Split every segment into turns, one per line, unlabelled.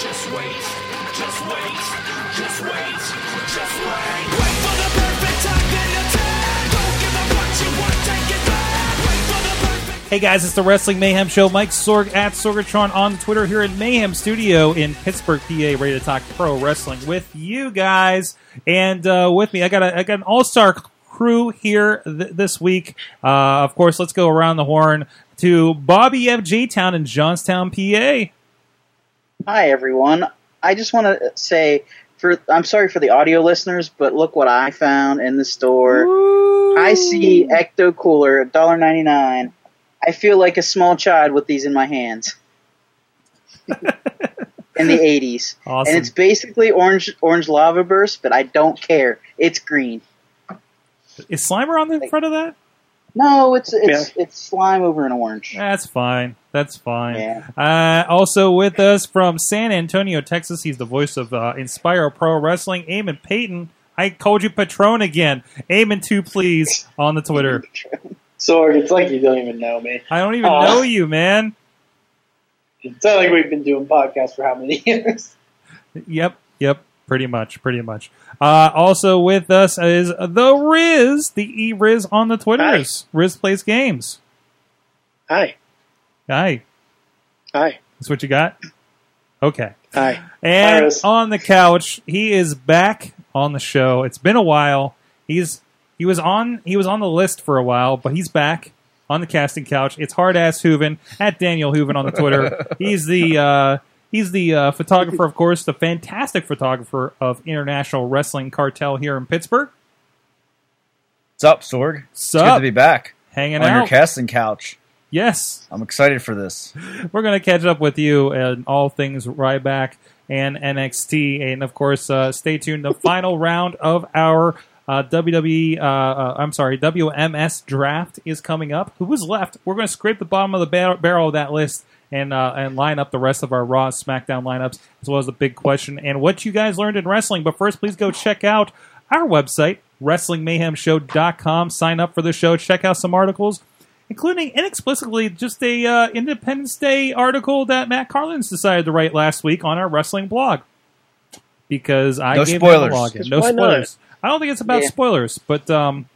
just wait, just wait, just wait, just wait. Wait for the perfect time then attack. Don't give up what you want, take it back. Wait for the perfect.
Hey guys, it's the Wrestling Mayhem Show. Mike Sorg at Sorgatron on Twitter here at Mayhem Studio in Pittsburgh, PA, ready to talk pro wrestling with you guys. And uh, with me, I got a, I got an all star crew here th- this week. Uh, of course, let's go around the horn to Bobby FJ Town in Johnstown, PA.
Hi everyone. I just want to say for I'm sorry for the audio listeners, but look what I found in the store. I see Ecto Cooler, $1.99. I feel like a small child with these in my hands. in the 80s.
Awesome.
And it's basically orange orange lava burst, but I don't care. It's green.
Is Slimer on the front of that?
No, it's it's it's slime over an orange.
That's fine. That's fine.
Yeah.
Uh, also with us from San Antonio, Texas, he's the voice of uh, Inspire Pro Wrestling, Eamon Payton. I called you Patron again. Eamon, two please on the Twitter.
Sorg, it's like you don't even know me.
I don't even
Aw.
know you, man.
It's not like we've been doing podcasts for how many years?
Yep, yep. Pretty much, pretty much. Uh, also with us is the Riz, the E Riz on the Twitters. Riz plays games.
Hi,
Hi,
hi,
that's what you got. Okay.
hi.
And
Iris.
on the couch, he is back on the show. It's been a while. He's he was on he was on the list for a while, but he's back on the casting couch. It's hard ass Hooven at Daniel Hooven on the Twitter. he's the uh, he's the uh, photographer, of course, the fantastic photographer of International Wrestling Cartel here in Pittsburgh.
What's up, Sorg? It's good
Sup?
to be back
Hanging
on
out,
your casting couch.
yes.
I'm excited for this.
we're going to catch up with you and all things Ryback and NXT. And of course, uh, stay tuned. The final round of our uh, WWE, uh, uh, I'm sorry, WMS draft is coming up. Who was left? We're going to scrape the bottom of the bar- barrel of that list. And, uh, and line up the rest of our Raw SmackDown lineups, as well as the big question and what you guys learned in wrestling. But first, please go check out our website, WrestlingMayhemShow.com. Sign up for the show, check out some articles including inexplicably just a uh, Independence Day article that Matt Carlins decided to write last week on our wrestling blog. Because I
No
gave him
spoilers.
a login. No spoilers. I don't think it's about
Yeah.
spoilers, but um,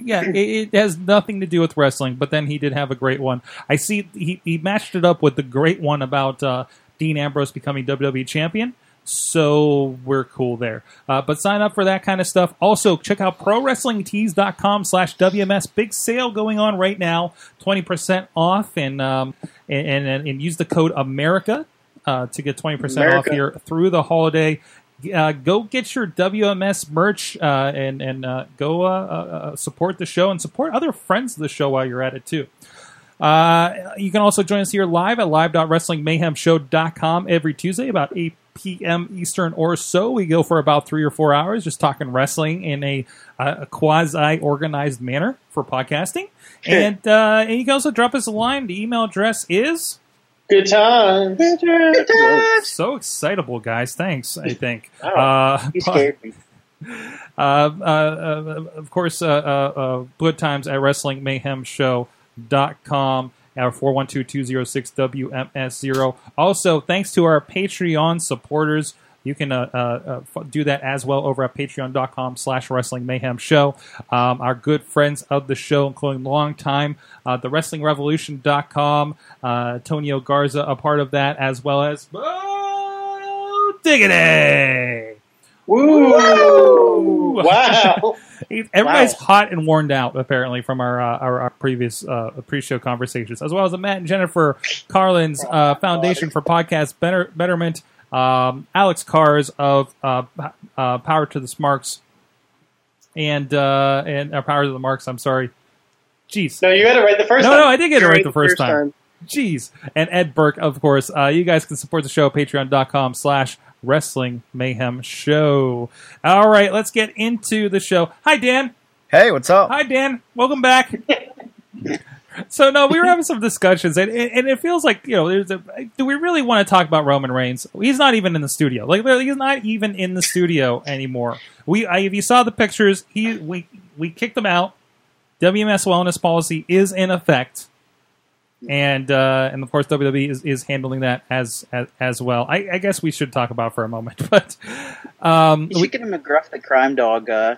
yeah, it, it has nothing to do with wrestling. But then he did have a great one. I see he, he matched it up with the great one about uh, Dean Ambrose becoming WWE champion. So we're cool there. Uh, but sign up for that kind of stuff. Also, check out prowrestlingtees.com slash WMS. Big sale going on right now. 20% off and, um, and, and, and use the code AMERICA uh, to get 20% off
America.
here through the holiday. Uh, go get your WMS merch uh, and and uh, go uh, uh, uh, support the show and support other friends of the show while you're at it too. Uh, you can also join us here live at live.wrestlingmayhemshow.com every Tuesday about 8 p.m. Eastern or so. We go for about three or four hours just talking wrestling in a, uh, a quasi organized manner for podcasting. and, uh, and you can also drop us a line. The email address is
Good times. Good times.
so excitable, guys. Thanks, I think.
Wow.
Uh,
You scared me.
uh, uh, uh, of course, uh, uh, uh, good times at WrestlingMayhemShow.com at 412-206-WMS0. Also, thanks to our Patreon supporters. You can uh, uh, uh, f- do that as well over at patreon.com slash wrestling mayhem show. Um, our good friends of the show, including longtime uh, the wrestling revolution.com, uh, Antonio Garza, a part of that, as well as Bo Diggity.
Woo!
Woo!
Wow.
He's- Everybody's hot and worn out apparently from our uh, our, our previous uh, pre-show conversations, as well as the Matt and Jennifer Carlin's uh, Foundation for Podcast Better, Betterment, um, Alex Cars of uh, P- uh, Power to the Smarks, and uh, and uh, Power to the Marks. I'm sorry, jeez,
no, you had it right the first
No,
time.
no, I did get it right the first time. jeez, and Ed Burke, of course. Uh, you guys can support the show patreon.com slash Wrestling Mayhem Show. All right, let's get into the show. Hi, Dan.
Hey, what's up?
Hi, Dan. Welcome back. so no, we were having some discussions, and and and it feels like you know, there's a, do we really want to talk about Roman Reigns? He's not even in the studio. Like literally, he's not even in the studio anymore. We, I, if you saw the pictures, he we we kicked him out. WMS wellness policy is in effect. And uh, and of course WWE is, is handling that as as, as well. I, I guess we should talk about it for a moment, but um,
You should get him a gruff the crime dog uh,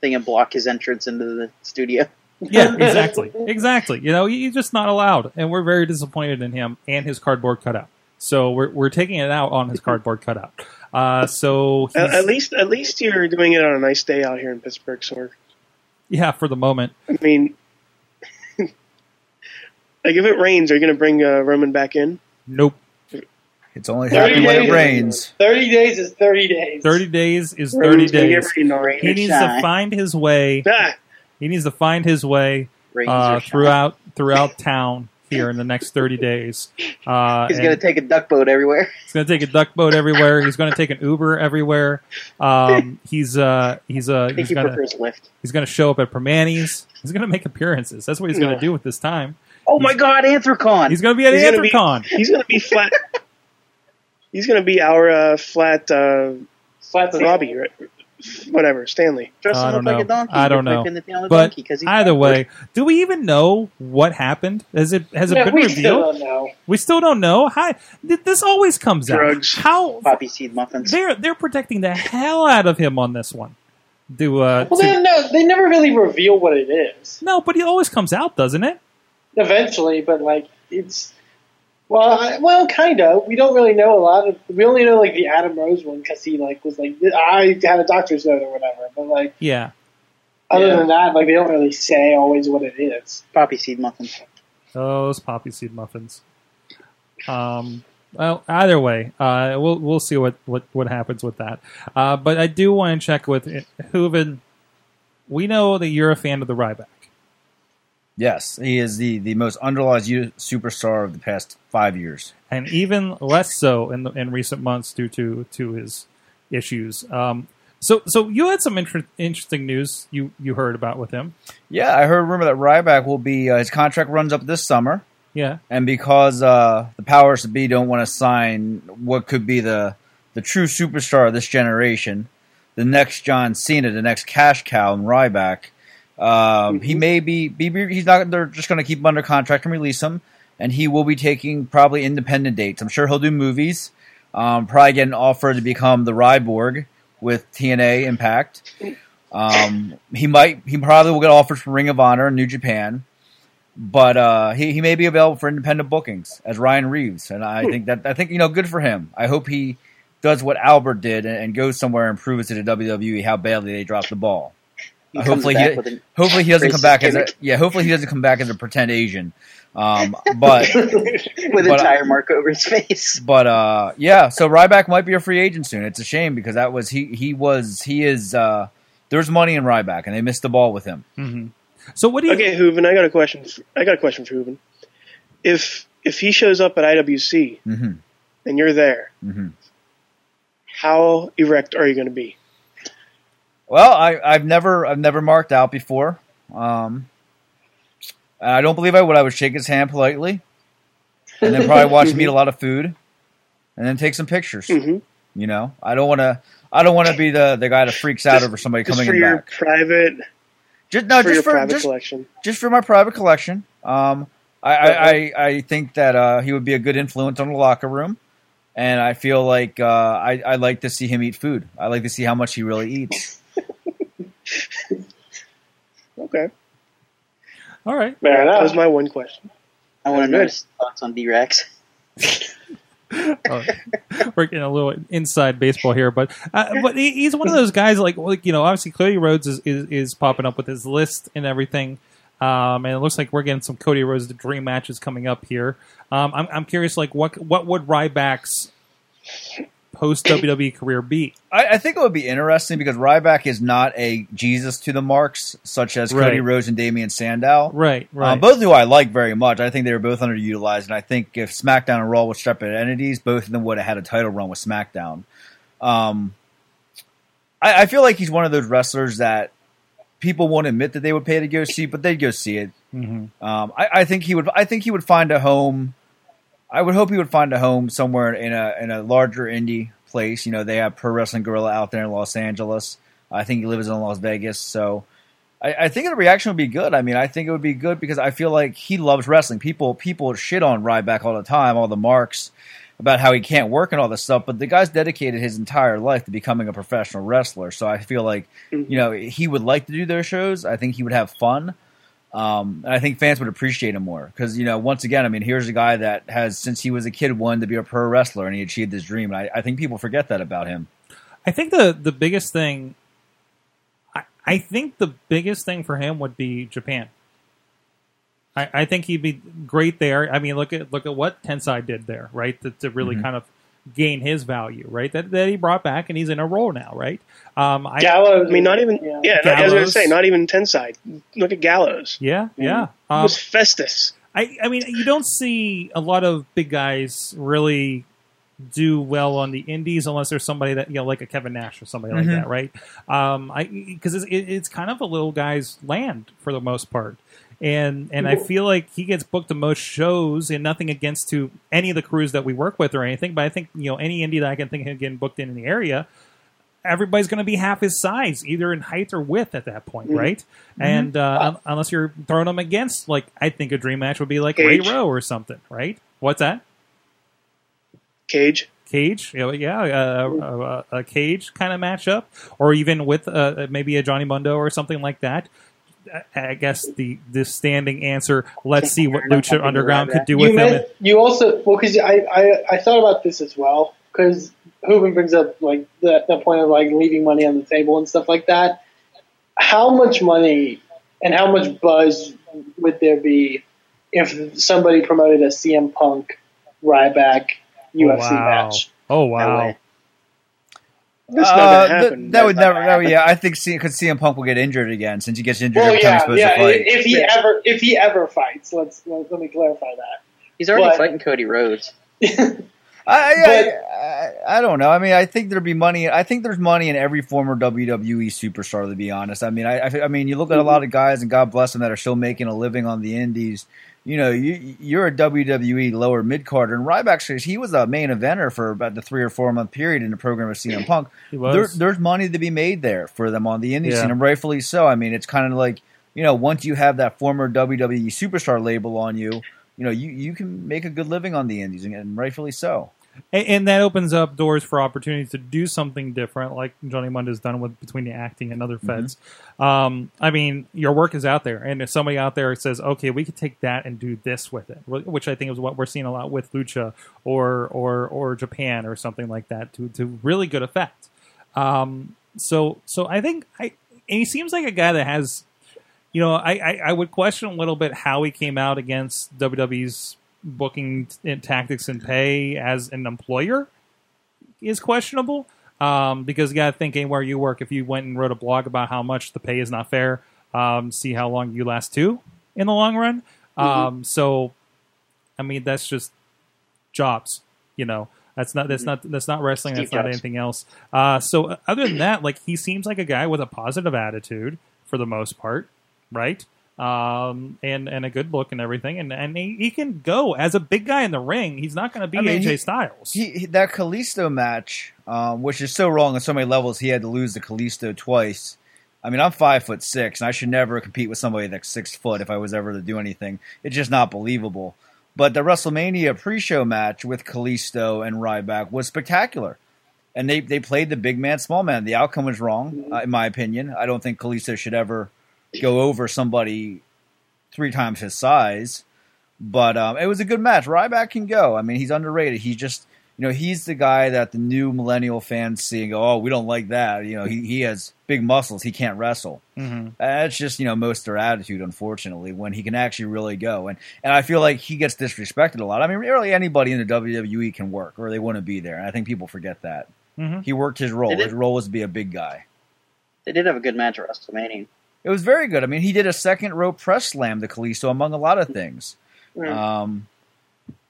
thing and block his entrance into the studio.
Yeah, exactly. exactly. You know, he- he's just not allowed. And we're very disappointed in him and his cardboard cutout. So we're, we're taking it out on his cardboard cutout. Uh, so, he's,
At, at least, at least you're doing it on a nice day out here in Pittsburgh, Sorg.
yeah, for the moment.
I mean, like if it rains, are you going to bring uh, Roman back in?
Nope.
It's only
30
happening when
days.
it rains.
30 days is 30 days.
30 days is 30
Roman's gonna get
days.
rained on.
Rain
He
or
needs to
shine.
find his way.
Ah,
He needs to find his way
Rains
uh,
or shine.
throughout throughout town here in the next 30 days. Uh,
He's
and-
gonna take a duck boat everywhere.
He's going to take a duck boat everywhere. He's going to take an Uber everywhere. Um, he's uh, he's uh,
I think
he's
he
going to
prefers lift.
He's going to show up at Permanis. He's going to make appearances. That's what he's going to
Yeah.
do with this time.
Oh my God, Anthrocon!
He's going to be at
He's gonna be-
Anthrocon.
he's going to be flat. he's going to be our uh, flat uh,
Slap the
Robbie, right? whatever Stanley.
dressing
I
up
don't
like a
know.
donkey.
I don't
They're
know.
flipping it down the
But
donkey 'cause he's
Either
backwards.
way, do we even know what happened? Has it has it
Yeah,
been
we
revealed?
still don't know.
we still don't know. Hi, th- this always comes
Drugs.
out. How
poppy seed muffins.
they're they're protecting the hell out of him on this one. Do uh,
Well,
to-
they, no, they never really reveal what it is.
no, but he always comes out, doesn't it?
Eventually, but like it's well, I, well, kind of. We don't really know a lot of. We only know like the Adam Rose one because he like was like I had a doctor's note or whatever. But like
Yeah.
other
Yeah.
than that, like they don't really say always what it is.
Poppy seed muffins.
Oh, Those poppy seed muffins. Um. Well, either way, uh, we'll we'll see what what what happens with that. Uh, but I do want to check with eh, Hooven. We know that you're a fan of the Ryback.
Yes, he is the, the most underlying u- superstar of the past five years.
and even less so in the, in recent months due to to his issues. Um, so so you had some inter- interesting news you you heard about with him.
Yeah, I heard a rumor that Ryback will be uh, his contract runs up this summer,
Yeah,
and because uh, the powers to be don't want to sign what could be the the true superstar of this generation, the next John Cena, the next cash cow, and Ryback, um, he may be, be be- he's not. They're just going to keep him under contract and release him, and he will be taking probably independent dates. I'm sure he'll do movies. Um, probably get an offer to become the Ryborg with TNA Impact. Um, he might. He probably will get offers from Ring of Honor and New Japan, but uh, he he may be available for independent bookings as Ryan Reeves, and
Hmm.
I think that I think you know good for him. I hope he does what Albert did and, and goes somewhere and proves to the WWE how badly they dropped the ball.
He
Uh,
comes
hopefully
back
he-
with an-
Hopefully he doesn't come back as a
Racist
yeah. Hopefully he doesn't come back as a pretend Asian. Um, but
with a
But I-
tire mark over his face.
but uh, yeah, so Ryback might be a free agent soon. It's a shame because that was he he was he is uh, there's money in Ryback and they missed the ball with him.
hmm So what do you?
Okay, Hooven, I got a question. f- I got a question for Hooven. If if he shows up at IWC
hmm
and you're there,
Mhm.
how erect are you going to be?
Well, I I've never I've never marked out before. Um, and I don't believe I would. I would shake his hand politely, and then probably watch him eat a
Mm-hmm.
lot of food, and then take some pictures.
Mhm.
You know, I don't want to. I don't want to be the, the guy that freaks out over somebody
Just
coming
for
in
your
back.
private,
Just no,
for
just
your
for
private
just,
collection.
just for my private collection. Um, I, I, I, I think that uh, he would be a good influence on the locker room, and I feel like uh, I, I like to see him eat food. I like to see how much he really eats.
Okay,
All right.
Fair
that was
enough.
my one question.
I want to
That's
know
good.
his thoughts on D-Rex.
we're getting a little inside baseball here, but uh, but he, he's one of those guys like like you know obviously Cody Rhodes is, is, is popping up with his list and everything, um, and it looks like we're getting some Cody Rhodes the dream matches coming up here. Um, I'm I'm curious like what what would Ryback's post WWE career be?
I, I think it would be interesting because Ryback is not a Jesus to the marks, such as Cody
Right.
Rhodes and Damian Sandow.
Right,
Uh,
right,
both who I like very much. I think they were both underutilized, and I think if SmackDown and Raw were separate entities, both of them would have had a title run with SmackDown. Um, I, I feel like he's one of those wrestlers that people won't admit that they would pay to go see, but they'd go see it.
Mhm.
Um, I, I think he would. I think he would find a home. I would hope he would find a home somewhere in a in a larger indie place. You know, they have Pro Wrestling Gorilla out there in Los Angeles. I think he lives in Las Vegas, so I, I think the reaction would be good. I mean, I think it would be good because I feel like he loves wrestling. People people shit on Ryback all the time, all the marks about how he can't work and all this stuff, but the guy's dedicated his entire life to becoming a professional wrestler. So I feel like you know he would like to do those shows. I think he would have fun. Um, and I think fans would appreciate him more because you know, once again, I mean, here's a guy that has since he was a kid wanted to be a pro wrestler and he achieved his dream. And I, I think people forget that about him.
I think the the biggest thing, I, I think the biggest thing for him would be Japan. I, I think he'd be great there. I mean, look at look at what Tensai did there, right? To, to really kind of gain his value, right? That that he brought back, and he's in a role now, right? Um, I,
Gallows.
I mean, not even
Yeah.
yeah. not- I was gonna
Gallows.
say not even ten side. Look at Gallows.
yeah, yeah.
It
Um,
was Festus.
I, I mean, you don't see a lot of big guys really do well on the indies unless there's somebody that you know, like a Kevin Nash or somebody like that, right? Um, I because it's, it, it's kind of a little guy's land for the most part, and and I feel like he gets booked the most shows, and nothing against to any of the crews that we work with or anything, but I think you know any indie that I can think of getting booked in, in the area, everybody's going to be half his size, either in height or width at that point, right? And uh, un- unless you're throwing him against, like, I think a dream match would be like Ray
Cage.
Rowe or something, right? What's that?
Cage.
Cage, yeah, yeah uh, uh, a, a cage kind of matchup, or even with uh, maybe a Johnny Mundo or something like that. I I guess the the standing answer. Let's see what Lucha Underground could do with
you,
him.
meant, you also well because I, I I thought about this as well because Hooven brings up like the, the point of like leaving money on the table and stuff like that. How much money and how much buzz would there be if somebody promoted a CM Punk Ryback UFC
Oh, wow.
match?
Oh wow!
way.
That's not
Uh,
gonna
th-
happen.
that would
That's not
never.
gonna
That would, yeah, I think because CM Punk will get injured again since he gets injured
Well,
every time he's
yeah,
supposed
yeah.
to fight.
If he
Yeah.
ever if he ever fights, let's let, let me clarify that.
He's already
But-
fighting Cody Rhodes.
I, I, I, I don't know. I mean, I think there'd be money. I think there's money in every former WWE superstar. To be honest, I mean, I, I, I mean, you look at a
Mm-hmm.
lot of guys, and God bless them, that are still making a living on the Indies. You know, you, you're a WWE lower mid carder, and Ryback, he was a main eventer for about the three or four month period in the program of CM Punk.
He was.
There, there's money to be made there for them on the indie
Yeah.
scene, and rightfully so. I mean, it's kind of like you know, once you have that former WWE superstar label on you, you know, you, you can make a good living on the indies, and, and rightfully so.
and, and that opens up doors for opportunities to do something different, like Johnny Munda's done with between the acting and other feds. Um, I mean, your work is out there, and if somebody out there says, "Okay, we could take that and do this with it," wh- which I think is what we're seeing a lot with Lucha or or or Japan or something like that, to to really good effect. Um, so so I think I and he seems like a guy that has you know, I, I, I would question a little bit how he came out against WWE's booking t- and tactics and pay as an employer is questionable. Um, because you got to think anywhere you work, if you went and wrote a blog about how much the pay is not fair, um, see how long you last too in the long run.
Mm-hmm.
Um, so, I mean, that's just jobs, you know. That's not that's
Mm-hmm.
not that's not wrestling.
Steve
that's not
Jobs.
anything else. Uh, so uh, other than that, like he seems like a guy with a positive attitude for the most part, right? Um, and and a good look and everything, and and he, he can go as a big guy in the ring. He's not going to be
I mean,
AJ
he-
Styles.
He, he- that Kalisto match, um, which is so wrong on so many levels, he had to lose to Kalisto twice. I mean, I'm five foot six, and I should never compete with somebody that's six foot if I was ever to do anything. It's just not believable. But the WrestleMania pre-show match with Kalisto and Ryback was spectacular, and they they played the big man, small man. The outcome was wrong, uh, in my opinion. I don't think Kalisto should ever go over somebody three times his size. But um, it was a good match. Ryback can go. I mean, he's underrated. He just you know, he's the guy that the new millennial fans see and go, oh, we don't like that. You know, he, he has big muscles. He can't wrestle.
Mm-hmm.
That's just, you know, most their attitude, unfortunately, when he can actually really go. And, and I feel like he gets disrespected a lot. I mean, really anybody in the WWE can work or they wouldn't be there. And I think people forget that.
Mhm.
He worked his role.
They did.
His role was to be a big guy.
They did have a good match at WrestleMania.
It was very good. I mean, he did a second row press slam to Kalisto, among a lot of things.
Mm.
Um,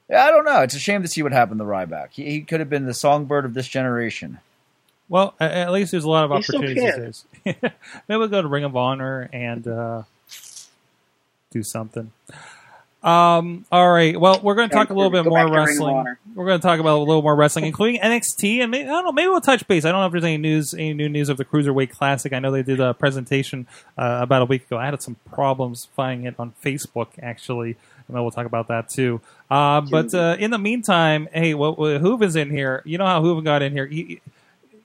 yeah, I don't know. It's a shame to see what happened to Ryback. He, he could have been the songbird of this generation.
Well, a- at least there's a lot of
You still
opportunities. these days. Maybe we'll go to Ring of Honor and uh, do something. Um, all right. Well, we're going to talk a little bit
Go
more
back to Ring of
wrestling.
Honor.
We're going to talk about a little more wrestling, including NXT, and maybe, I don't know. Maybe we'll touch base. I don't know if there's any news, any new news of the Cruiserweight Classic. I know they did a presentation uh, about a week ago. I had some problems finding it on Facebook actually, and then we'll talk about that too. Uh, but uh, in the meantime, hey, well, well, Hooven's in here. You know how Hooven got in here. You,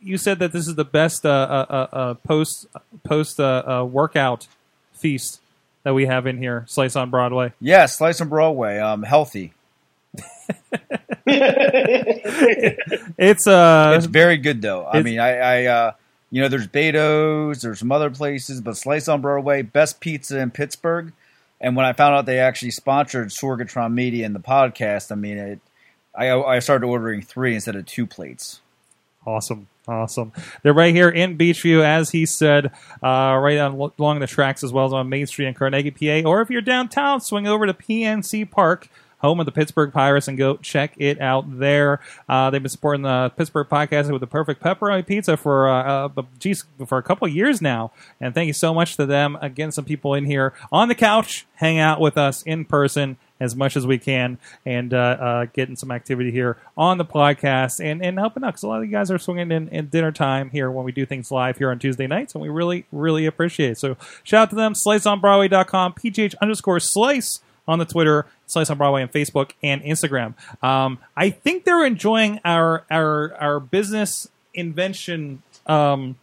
you said that this is the best uh, uh, uh, uh, post post uh, uh, workout feast that we have in here, Slice on Broadway.
Yeah, Slice and Broadway, um, healthy.
It's uh,
It's very good, though. I
it's-
mean, I, I uh, you know, there's Beto's, there's some other places, but Slice on Broadway, best pizza in Pittsburgh. And when I found out they actually sponsored Sorgatron Media and the podcast, I mean, it, I, I started ordering three instead of two plates.
Awesome. Awesome. They're right here in Beachview, as he said, uh, right on, along the tracks as well as on Main Street in Carnegie, PA. Or if you're downtown, swing over to PNC Park, home of the Pittsburgh Pirates, and go check it out there. Uh, they've been supporting the Pittsburgh podcast with the perfect pepperoni pizza for uh, uh, geez, for a couple of years now. And thank you so much to them. Again, some people in here on the couch, hang out with us in person as much as we can and uh, uh, getting some activity here on the podcast and, and helping out because a lot of you guys are swinging in, in dinner time here when we do things live here on Tuesday nights, and we really, really appreciate it. So shout out to them, sliceonbroadway.com, pgh underscore slice on the Twitter, Slice on Broadway on Facebook and Instagram. Um, I think they're enjoying our our our business invention um,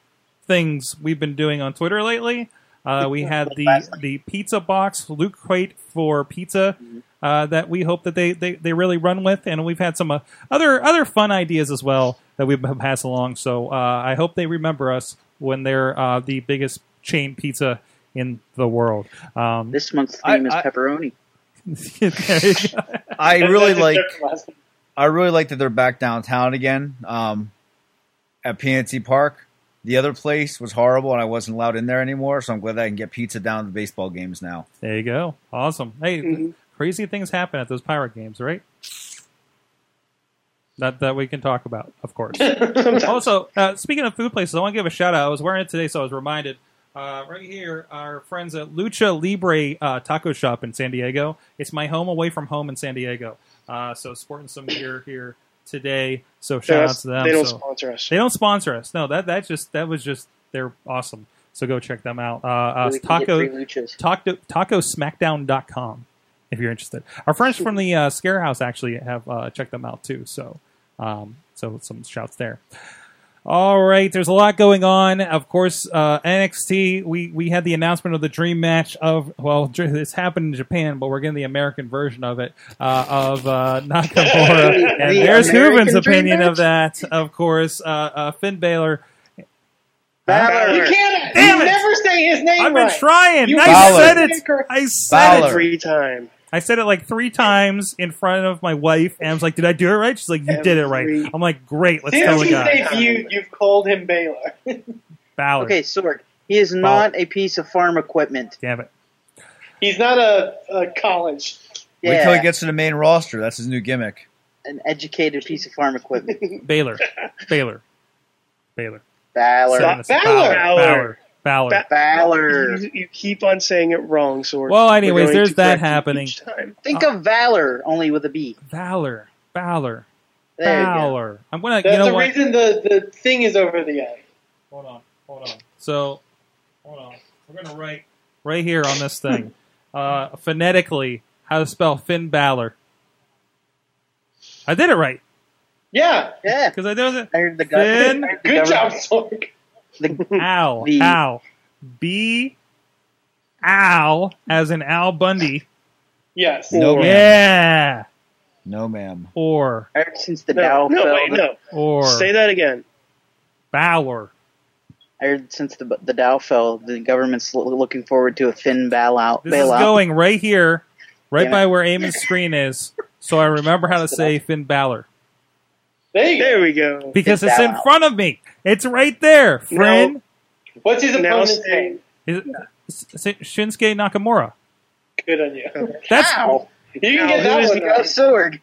things we've been doing on Twitter lately. Uh, we had the the pizza box loot crate for pizza uh, that we hope that they, they, they really run with, and we've had some uh, other other fun ideas as well that we've been passed along. So uh, I hope they remember us when they're uh, the biggest chain pizza in the world. Um,
This month's
I-
theme is
I-
pepperoni.
there you go.
I really
That's
like.
just their last-
I really like that they're back downtown again um, at PNC Park. The other place was horrible, and I wasn't allowed in there anymore. So I'm glad I can get pizza down to baseball games now.
There you go. Awesome. Hey,
Mm-hmm.
Mhm.
crazy things happen at those pirate games, right? That that we can talk about, of course. also, uh, speaking of food places, I want to give a shout out. I was wearing it today, so I was reminded. Uh, right here, our friends at Lucha Libre uh, Taco Shop in San Diego. It's my home away from home in San Diego. Uh, so sporting some gear here today. So shout out to them.
They don't
So-
sponsor us.
they don't sponsor us. No, that that just that was just they're awesome. So go check them out. Uh, uh,
We can get
taco
free luchas.
taco tacosmackdown.com if you're interested. Our friends from the uh, Scare House actually have uh, checked them out too. So, um, so some shouts there. All right, there's a lot going on. Of course, uh, NXT. We we had the announcement of the dream match of well, dr- this happened in Japan, but we're getting the American version of it uh, of uh, Nakamura. and
The
there's
American
Hooven's
dream
opinion of
match?
that. Of course, uh, uh, Finn Balor.
Balor.
You can't.
Damn
you
it.
never say his name
I've been
right.
trying.
You
I
Balor.
said it. I said it.
Balor.
Free time.
I said it like three times in front of my wife, and I was like, "Did I do it right?" She's like, "You did it right."
Every-
I'm like, "Great, let's tell
Since
the
he
guy."
debuted, you've called him Baylor.
Ballard,
Okay, Sorg. He is not a piece of farm equipment.
damn it.
He's not a, a uh, college.
Wait till
Yeah,
he gets to the main roster. That's his new gimmick.
an educated piece of farm equipment.
Baylor, Baylor, Baylor,
Balor.
Said it.
Balor.
Ballard, Ballard.
Ba-
Balor.
You, you keep on saying it wrong, Sword.
Well, anyways,
We're going
there's
to
that
correct you
happening.
each time.
Think of Valor, only with a B.
Ballard, Ballard,
There you go.
Ballard. I'm gonna,
That's
you know
the
what?
reason the, the thing is over the end.
Hold on, hold on. So, hold on. We're gonna write right here on this thing, uh, phonetically, how to spell Finn Balor. I did it right
Yeah.
Yeah.
because I did it.
There's the guy.
Finn.
There's the
Good job,
government.
Sorg.
The-
Ow.
The-
Ow. B. Ow. As in Al Bundy.
Yes.
No,
Yeah.
No, ma'am.
or
Ever since the
No,
Dow
no,
fell,
wait, no.
or
Say that again.
Balor.
ever since the the Dow fell, the government's lo- looking forward to a thin bailout.
This is
bailout.
going right here, right
Damn it.
by where Eamon's screen is, so I remember how to say Finn Balor
There you go.
There we go.
because
Finn
it's in
Balor.
front of me. It's right there, Finn.
What's his
Now
opponent's
say-
name?
Is- S- S- Shinsuke Nakamura.
Good on you.
That's
You
Now,
can get that
who is
one.
the
right.
Got a sword.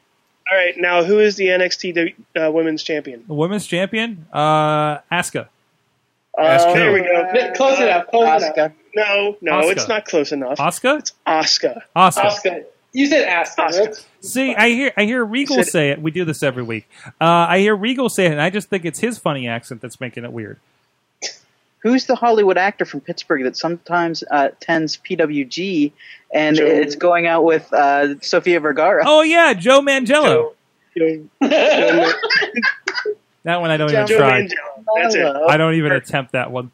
All right, now who is the NXT w- uh, Women's Champion?
the women's champion, uh, Asuka.
Uh,
Asuka.
there we go.
Nick, Close enough. Close enough.
Asuka.
No, no,
Asuka.
it's not close enough.
Asuka?
It's Asuka.
Asuka.
Asuka. You said Asuka.
Asuka.
right?
See, I hear I hear Regal
Should-
say it. We do this every week. Uh, I hear Regal say it, and I just think it's his funny accent that's making it weird.
Who's the Hollywood actor from Pittsburgh that sometimes uh, attends PWG and
Joe-
it's going out with uh, Sofia Vergara?
Oh yeah, Joe Mangello.
Joe,
that one I don't
Joe
even
Joe
try.
Manganiello. That's it.
I don't even attempt that one.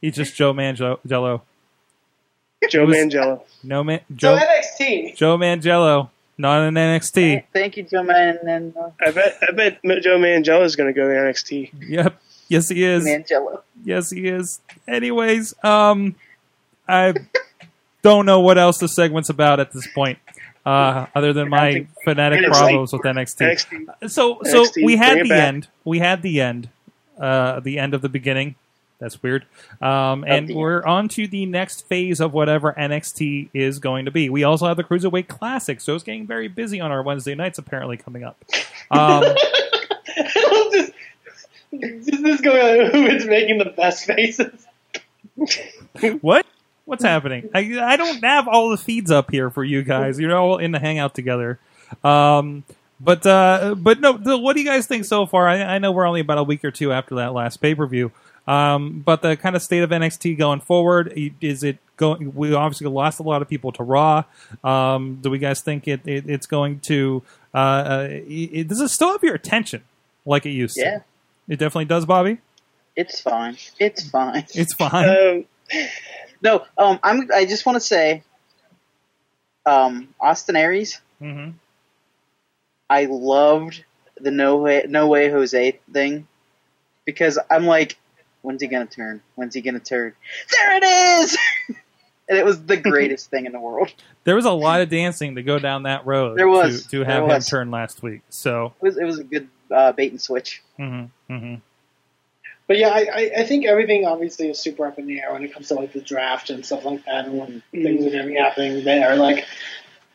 He's just Joe Mangello.
Joe
It was-
Mangello.
No man,
So
Joe
NXT.
Joe Mangello, not in NXT.
Thank you, gentlemen. And uh,
I bet I bet Joe Mangello is going to go to NXT.
Yep. Yes, he is.
Mangello.
Yes, he is. Anyways, um, I don't know what else the segment's about at this point, uh, other than my phonetic
NXT.
problems with NXT.
NXT.
so so
NXT,
we had
bring it
the
back.
end. We had the end. Uh, the end of the beginning. That's weird. Um, and
the
we're on to the next phase of whatever NXT is going to be. We also have the Cruiserweight Classic, so it's getting very busy on our Wednesday nights. Apparently, coming up. Um,
just, just this going on who is making the best faces.
what? What's happening? I, I don't have all the feeds up here for you guys. You're all in the hangout together. Um, but uh, but no, the, what do you guys think so far? I, I know we're only about a week or two after that last pay per view. Um, but the kind of state of NXT going forward i- is it going? We obviously lost a lot of people to Raw. Um, do we guys think it, it it's going to? Uh, uh, it, does it still have your attention like it used
Yeah,
to? It definitely does, Bobby.
it's fine. It's fine.
It's fine.
Um,
No, um, I'm. I just want to say, um, Austin Aries.
hmm
I loved the no way, no way Jose thing because I'm like, when's he gonna turn? When's he gonna turn? There it is. and it was the greatest thing in the world. It
There was a lot of dancing to go down that road.
There was.
to, to
There
have him
was.
turn last week. So,
was it was a good uh, bait and switch.
mhm, mhm.
But yeah, I, I, I think everything obviously is super up in the air when it comes to like the draft and stuff like that, and when things are going to be happening there. Like,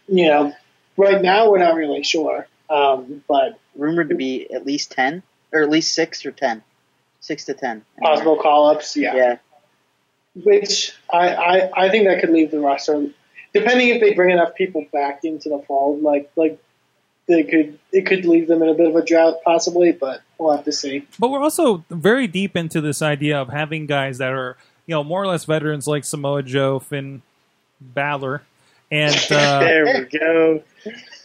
you know, right now we're not really sure, um, but
Rumored to be at least ten, or at least six or ten, six to ten.
possible call ups, yeah.
Yeah,
Which I, I, I think that could leave the roster, depending if they bring enough people back into the fold. Like like they could it could leave them in a bit of a drought possibly, but we'll have to see.
But we're also very deep into this idea of having guys that are, you know, more or less veterans like Samoa Joe, Finn Balor, and uh,
there we go.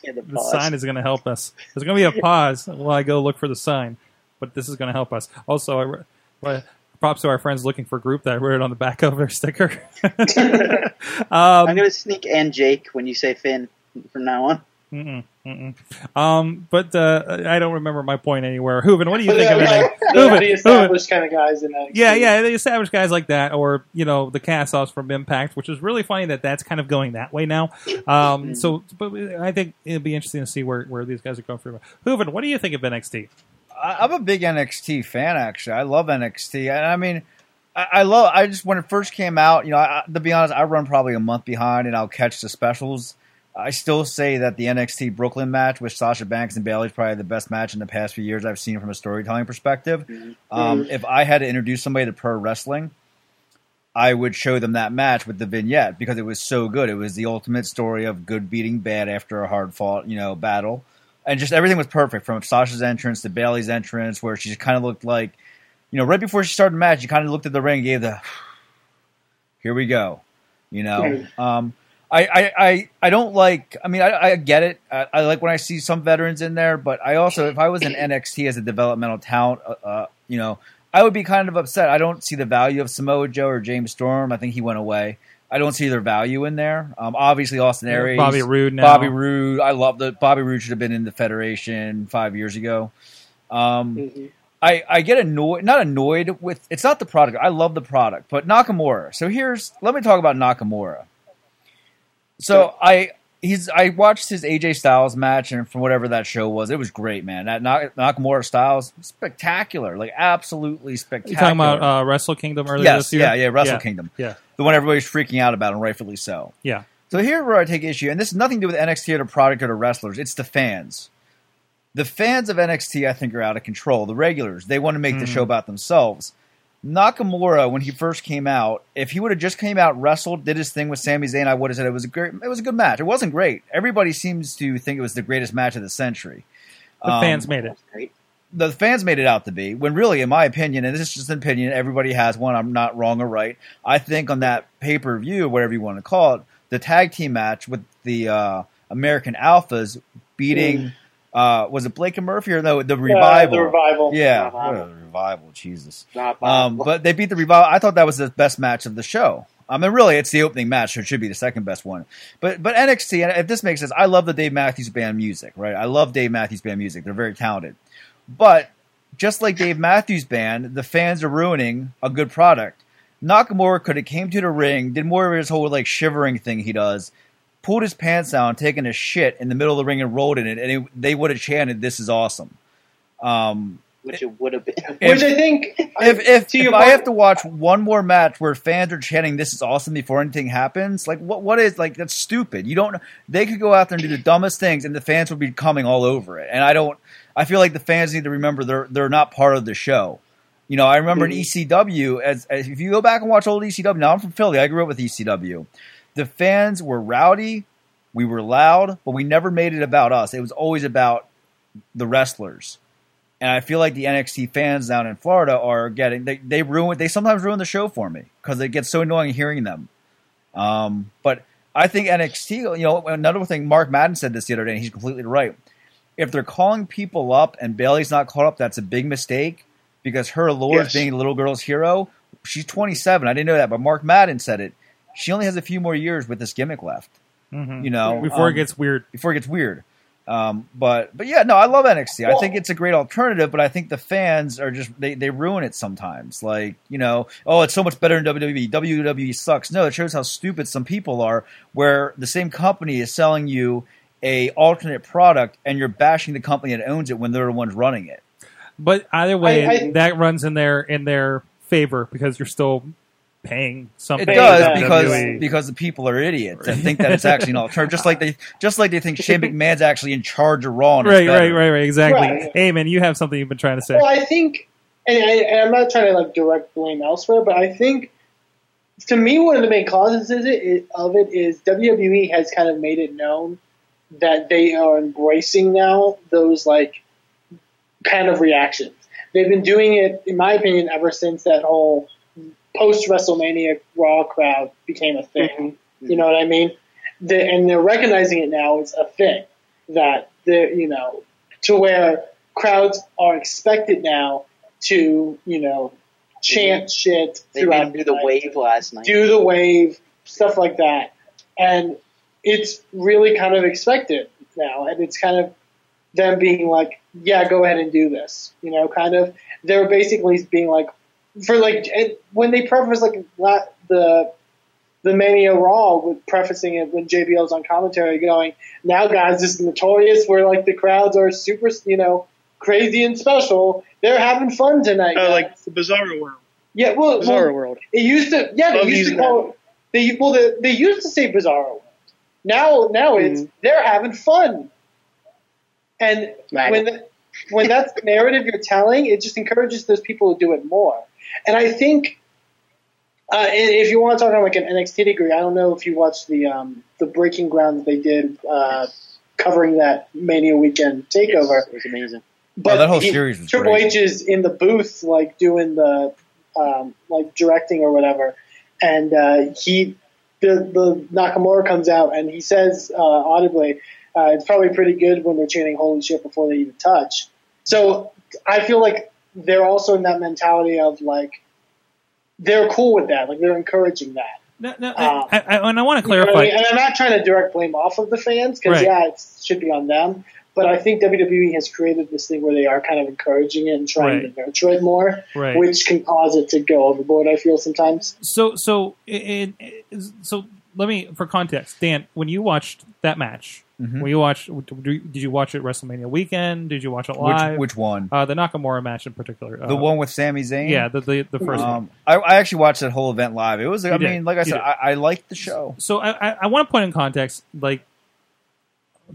yeah the
the
pause.
sign is going to help us. There's going to be a pause while I go look for the sign, but this is going to help us. Also, I, re- well, props to our friends looking for group that I wrote it on the back of their sticker. um,
I'm gonna sneak and Jake when you say Finn from now on.
Mm-mm, mm-mm. Um, but uh, I don't remember my point anywhere. Hooven, what do you
But
think of
they're
everything?
like- they're
Hooven,
the
Hooven.
established kind of guys in that.
Yeah, yeah, they establish guys like that, or you know, the cast offs from Impact, which is really funny that that's kind of going that way now. Um, so, but I think it'll be interesting to see where, where these guys are going from. Hooven, what do you think of NXT?
I, I'm a big NXT fan. Actually, I love NXT, and I mean, I, I love. I just when it first came out, you know, I, I- to be honest, I run probably a month behind, and I'll catch the specials. I still say that the NXT Brooklyn match with Sasha Banks and Bailey is probably the best match in the past few years I've seen from a storytelling perspective. Um, if I had to introduce somebody to pro wrestling, I would show them that match with the vignette because it was so good. It was the ultimate story of good beating bad after a hard fought, you know, battle. And just everything was perfect from Sasha's entrance to Bailey's entrance, where she kind of looked like, you know, right before she started the match, she kind of looked at the ring and gave the, here we go, you know. Um, I, I, I, I don't like, I mean, I, I get it. I, I like when I see some veterans in there, but I also, if I was in NXT as a developmental talent, uh, uh, you know, I would be kind of upset. I don't see the value of Samoa Joe or James Storm. I think he went away. I don't see their value in there. Um, obviously, Austin
Yeah,
Aries,
Bobby Roode now.
Bobby Roode. I love that. Bobby Roode should have been in the Federation five years ago. Um, I, I get annoyed, not annoyed with. It's not the product. I love the product, but Nakamura. So here's let me talk about Nakamura. So I he's I watched his AJ Styles match and from whatever that show was, it was great, man. That Na- Nakamura Styles spectacular, like absolutely
You
spectacular.
talking about uh, Wrestle Kingdom earlier
yes,
this year?
yeah, yeah, Wrestle
yeah.
Kingdom,
Yeah,
the one everybody's freaking out about, and rightfully so.
yeah.
So here's where I take issue, and this has nothing to do with NXT or the product or the wrestlers. It's the fans. The fans of NXT, I think, are out of control. The regulars, they want to make the show about themselves. Nakamura, when he first came out, if he would have just came out, wrestled, did his thing with Sami Zayn, I would have said it was a great, it was a good match. It wasn't great. Everybody seems to think it was the greatest match of the century.
The
Um,
fans made it.
the fans made it out to be when really in my opinion and this is just an opinion everybody has one i'm not wrong or right i think on that pay-per-view whatever you want to call it the tag team match with the uh, american alphas beating uh, was it blake and murphy or no the revival
Uh, the revival.
yeah
Revival.
the revival jesus
Not
um,
Bob.
but they beat the revival. I thought that was the best match of the show. I mean, really, it's the opening match, so it should be the second best one. But but NXT, and if this makes sense, I love the Dave Matthews Band music, right? I love Dave Matthews Band music. They're very talented, but just like Dave Matthews Band, the fans are ruining a good product. Nakamura could have came to the ring, did more of his whole like shivering thing he does, pulled his pants down, taken a shit in the middle of the ring and rolled in it, and it, they would have chanted, "This is awesome." Um,
which it would have been.
if-
Which I think,
if if,
to
if
your
I
point-
have to watch one more match where fans are chanting "This is awesome" before anything happens, like what what is like that's stupid. You don't. They could go out there and do the dumbest things, and the fans would be coming all over it. And I don't. I feel like the fans need to remember they're they're not part of the show. You know, I remember
Mm-hmm.
in ECW as, as if you go back and watch old ECW. Now I'm from Philly. I grew up with ECW. The fans were rowdy. We were loud, but we never made it about us. It was always about the wrestlers. And I feel like the NXT fans down in Florida are getting they they ruin they sometimes ruin the show for me because it gets so annoying hearing them. Um, but I think NXT, you know, another thing Mark Madden said this the other day, and he's completely right. If they're calling people up and Bailey's not caught up, that's a big mistake because her lord
Yes.
being the little girl's hero, she's 27. I didn't know that, but Mark Madden said it. She only has a few more years with this gimmick left.
Mhm.
You know,
Before it
um,
gets weird.
before it gets weird. Um, but but yeah, no, I love NXT. I
Well-
think it's a great alternative, but I think the fans are just they, they ruin it sometimes. Like you know, oh, it's so much better than WWE. WWE E sucks. No, it shows how stupid some people are. Where the same company is selling you a alternate product, and you're bashing the company that owns it when they're the ones running it.
But either way,
I- I-
that runs in their in their favor because you're still paying
It
something.
They
does
to
don't.
because
WWE.
because the people are idiots and think that it's actually an alternative. Just like they just like they think Shane McMahon's actually in charge of Raw. And it's
right, right,
better.
right, right, exactly.
Right.
Amen. You have something you've been trying to say.
well, I think, and, I, and I'm not trying to like direct blame elsewhere, but I think, to me, one of the main causes is it, is, of it is WWE has kind of made it known that they are embracing now those like kind of reactions. They've been doing it, in my opinion, ever since that whole post WrestleMania Raw crowd became a thing.
Mm-hmm.
You know what I mean? The, and they're recognizing it now as a thing that they're, you know, to where crowds are expected now to, you know, chant shit
They
throughout
didn't do the
night
wave last night.
do the wave, stuff like that. And it's really kind of expected now. And it's kind of them being like, yeah, go ahead and do this. You know, kind of. They're basically being like, for like, and when they preface like la- the. The Mania Raw with prefacing it when JBL's on commentary going, now guys, this is notorious where like the crowds are super, you know, crazy and special. They're having fun tonight.
Uh,
guys."
like the Bizarro World.
yeah, well, well,
Bizarro World.
it used to, yeah,
Love
they used
using
to call they well, they, they used to say Bizarro. World. Now, now it's they're having fun, and
Right.
when the, when that's the narrative you're telling, it just encourages those people to do it more. And I think, uh, and if you want to talk on like an NXT degree, I don't know if you watched the um, the Breaking Ground that they did uh, covering that Mania weekend takeover.
It was amazing.
But
Oh, that whole
he-
series was
Triple
great.
H is in the booth, like doing the, um, like directing or whatever, and uh, he, the, the Nakamura comes out and he says uh, audibly, uh, "It's probably pretty good when they're chanting holy shit before they even touch." So I feel like they're also in that mentality of like, they're cool with that, like they're encouraging that.
No, no,
Um,
I, I, and I want to
You know what I
clarify.
mean? And I'm not trying to direct blame off of the fans because
Right.
yeah, it should be on them. But I think WWE has created this thing where they are kind of encouraging it and trying
Right.
to nurture it more,
Right.
which can cause it to go overboard. I feel sometimes.
so so in, in- so let me for context dan when you watched that match
Mm-hmm.
when you watched did you watch it wrestlemania weekend did you watch it live
Which, which one?
uh, the nakamura match in particular
the
Uh,
one with Sami Zayn?
yeah the the, the first one
Um, I, I actually watched that whole event live. It was, I
You did.
mean, like I
You
said,
did.
I, I liked the show.
so I, I, I want to put in context, like,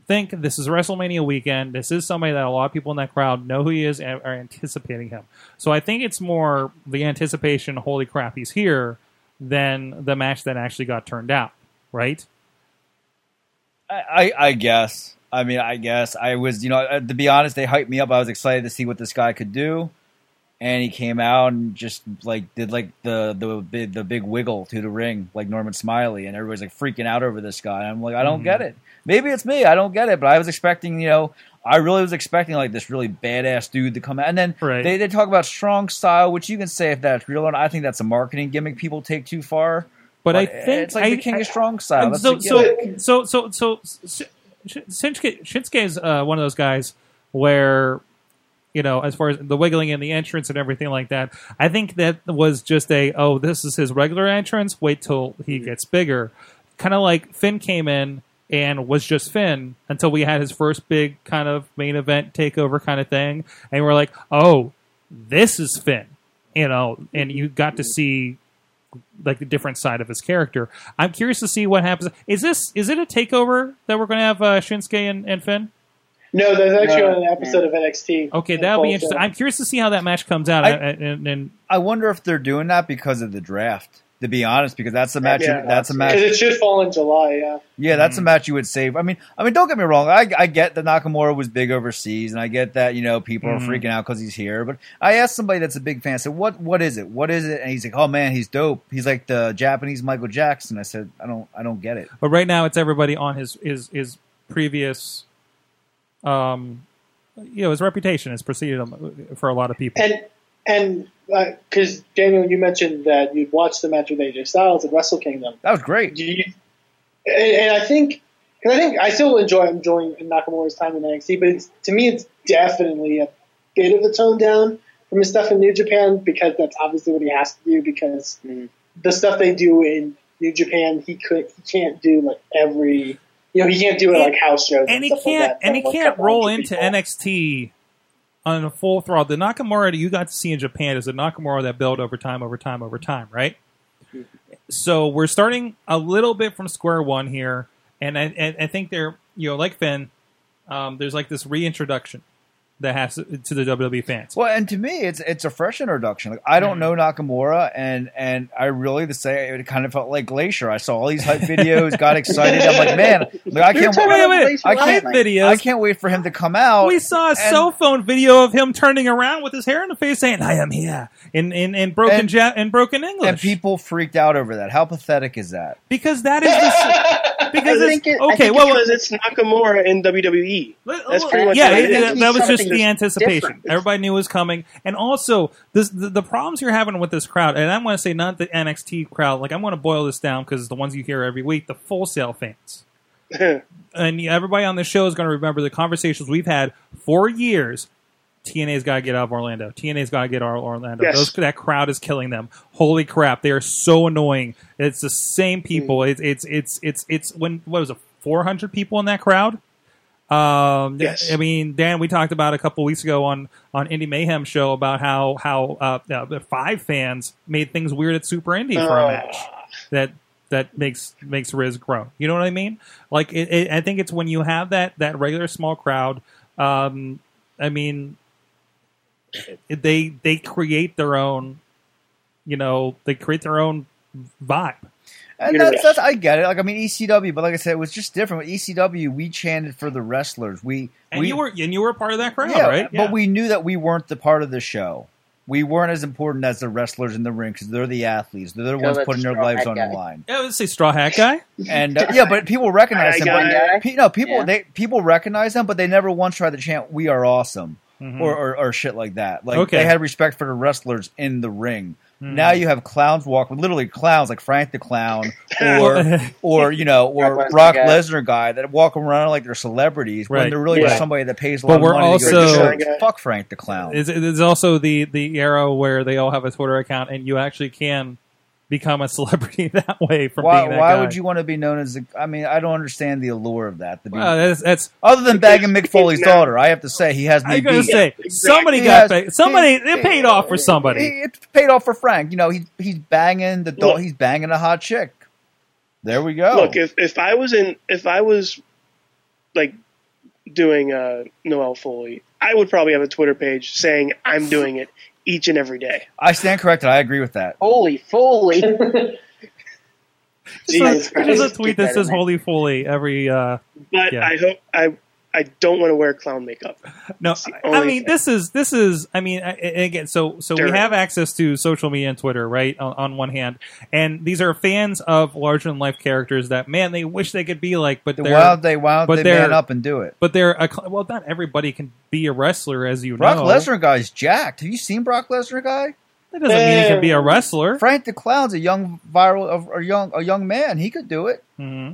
think this is WrestleMania weekend. This is somebody that a lot of people in that crowd know who he is and are anticipating him. So I think it's more the anticipation, holy crap, he's here, than the match that actually got turned out, right?
I, I, I guess. I mean, I guess I was, you know, uh, to be honest, they hyped me up. I was excited to see what this guy could do, and he came out and just like did like the the big the big wiggle to the ring, like Norman Smiley, and everybody's like freaking out over this guy. And I'm like, I don't get
Mm-hmm.
it. Maybe it's me. I don't get it. But I was expecting, you know, I really was expecting like this really badass dude to come out. And then
Right.
they they talk about strong style, which you can say if that's real or not. I think that's a marketing gimmick people take too far.
But, I think
eh, it's like
I,
the King
I-
of Strong style.
And
That's
so,
a
so,
gimmick.
so, so, so, so, Shinsuke, Shinsuke is uh, one of those guys where, you know, as far as the wiggling and the entrance and everything like that, I think that was just a, oh, this is his regular entrance. Wait till he gets bigger. Kind of like Finn came in and was just Finn until we had his first big kind of main event takeover kind of thing. And we're like, oh, this is Finn, you know, and you got to see like the different side of his character. I'm curious to see what happens. Is this is it a takeover that we're going to have uh, Shinsuke and, and Finn?
No, there's actually
No.
an episode of NXT.
Okay,
in
that'll be
Tulsa.
interesting. I'm curious to see how that match comes out.
I-
and, and, and
I wonder if they're doing that because of the draft. To be honest, because that's a match.
Yeah.
that's a
'Cause
match.
it should fall in July. Yeah.
Yeah, that's a match you would save. I mean, I mean, don't get me wrong. I, I get that Nakamura was big overseas, and I get that you know people
Mhm.
are freaking out because he's here. But I asked somebody that's a big fan. I said, "What? What is it? What is it?" And he's like, "Oh man, he's dope. He's like the Japanese Michael Jackson." I said, "I don't. I don't get it."
but right now, it's everybody on his his his previous, um, you know, his reputation has preceded him uh, for a lot of people.
And and because Daniel, you mentioned that you'd watched the match with AJ Styles at Wrestle Kingdom.
That was great.
Do you, and, and I think because I think I still enjoy enjoying Nakamura's time in NXT, but it's, to me, it's definitely a bit of a tone down from his stuff in New Japan because that's obviously what he has to do because
Mm-hmm.
the stuff they do in New Japan, he could he can't do like every you know he can't do it like house shows
and he
stuff like
can't
that,
and he
like,
can't
couple
roll
hundred
into
people.
NXT on a full throttle. The Nakamura that you got to see in Japan is the Nakamura that built over time, over time, over time, right? So we're starting a little bit from square one here, and I, and I think they're you know like Finn, um, there's like this reintroduction that has to, to the WWE fans.
Well, and to me, it's it's a fresh introduction. Like, I don't know Nakamura, and and I really to say it kind of felt like Glacier. I saw all these hype videos, got excited. I'm like, man, like, I can't.
talking
wait-
wait, wait,
I can't-
live videos.
I can't wait for him to come out.
we saw a
and-
cell phone video of him turning around with his hair in the face, saying "I am here" in in, in broken
And-
ja- in broken English.
and people freaked out over that. How pathetic is that?
Because that is the because
I
it's,
think it- I
okay.
think
well,
it
because it's Nakamura in WWE.
E.
let-
that's
let-
pretty much
yeah,
what
it-
it
that,
is.
that was just
Something
the
that's
anticipation.
different.
Everybody knew it was coming, and also this the, the problems you're having with this crowd. And I'm going to say not the NXT crowd. Like I'm going to boil this down because it's the ones you hear every week, the full sale fans. and everybody on the show is going to remember the conversations we've had for years. TNA's got to get out of Orlando. TNA's got to get out of Orlando.
Yes.
Those, that crowd is killing them. Holy crap, they are so annoying. It's the same people.
Mm.
It's it's it's it's it's when what was it? Four hundred people in that crowd. Um,
Yes.
I mean, Dan, we talked about a couple weeks ago on on Indie Mayhem show about how how uh, uh, five fans made things weird at Super Indie for a
Oh.
match that that makes makes Riz grow. You know what I mean? Like, it, it, I think it's when you have that that regular small crowd. Um, I mean, it- they they create their own, you know, they create their own vibe.
And
You're
that's, that's I get it. Like I mean ECW, but like I said, it was just different. With ECW, we chanted for the wrestlers. We
And
we
you were and you were a part of that crowd,
yeah,
right?
But we knew that we weren't the part of the show. We weren't as important as the wrestlers in the ring because they're the athletes. They're the
Yeah,
ones
that's
putting their
strong,
lives
that
on
guy.
the line.
Yeah, let's say straw hat guy.
And uh, yeah, but people
I
recognize him.
got
But,
it.
pe- no, people
Yeah.
they people recognize him, but they never once tried to chant "We are awesome"
Mhm.
or, or or shit like that. Like
Okay. Hmm.
they had respect for the wrestlers in the ring. Now you have clowns walk, literally clowns like Frank the Clown, or or you know, or
Brock Lesnar
Brock
guy.
Lesnar guy that walk around like they're celebrities when
Right,
they're really
right.
just somebody that pays a
But
lot of
we're
money. to go,
also-
"Sure, fuck Frank the Clown.
It's, it's also the the era where they all have a Twitter account, and you actually can become a celebrity that way from
why
being that
why
guy.
would you want to be known as? A, I mean, I don't understand the allure of that. To be,
Well, that's, that's
other than bagging Mick Foley's
Now-
daughter, I have to say he has me
I gotta
beat.
say
exactly.
somebody
He
got
has-
paid. Somebody
he-
it paid off for somebody.
He- It paid off for Frank. You know, he he's banging the doll.
Look.
He's banging a hot chick. There we go.
Look, if if I was in, if I was like doing uh, Noel Foley, I would probably have a Twitter page saying I'm doing it each and every day.
I stand corrected. I agree with
Oh,
that.
Holy Foley.
Jesus
There's a
Christ.
tweet
Get
that
that
says
in there.
"Holy Foley" every. Uh,
But
Yeah.
I hope I I don't want to wear clown makeup.
no,
the
I- I
only
mean
thing.
this is this is. I mean I, I- again, so so we
Dirt.
have access to social media and Twitter, right? On, on one hand, and these are fans of larger than life characters that man they wish they could be like, but
The
they're
wild they wild
but
they
they're-
man up and do it.
but they're a, cl- well, not everybody can be a wrestler, as you
Brock
know.
Lesnar guy's jacked. Have you seen Brock Lesnar guy?
That doesn't mean he can be a wrestler.
Frank the Clown's a young viral, a, a young, a young man. He could do it.
hmm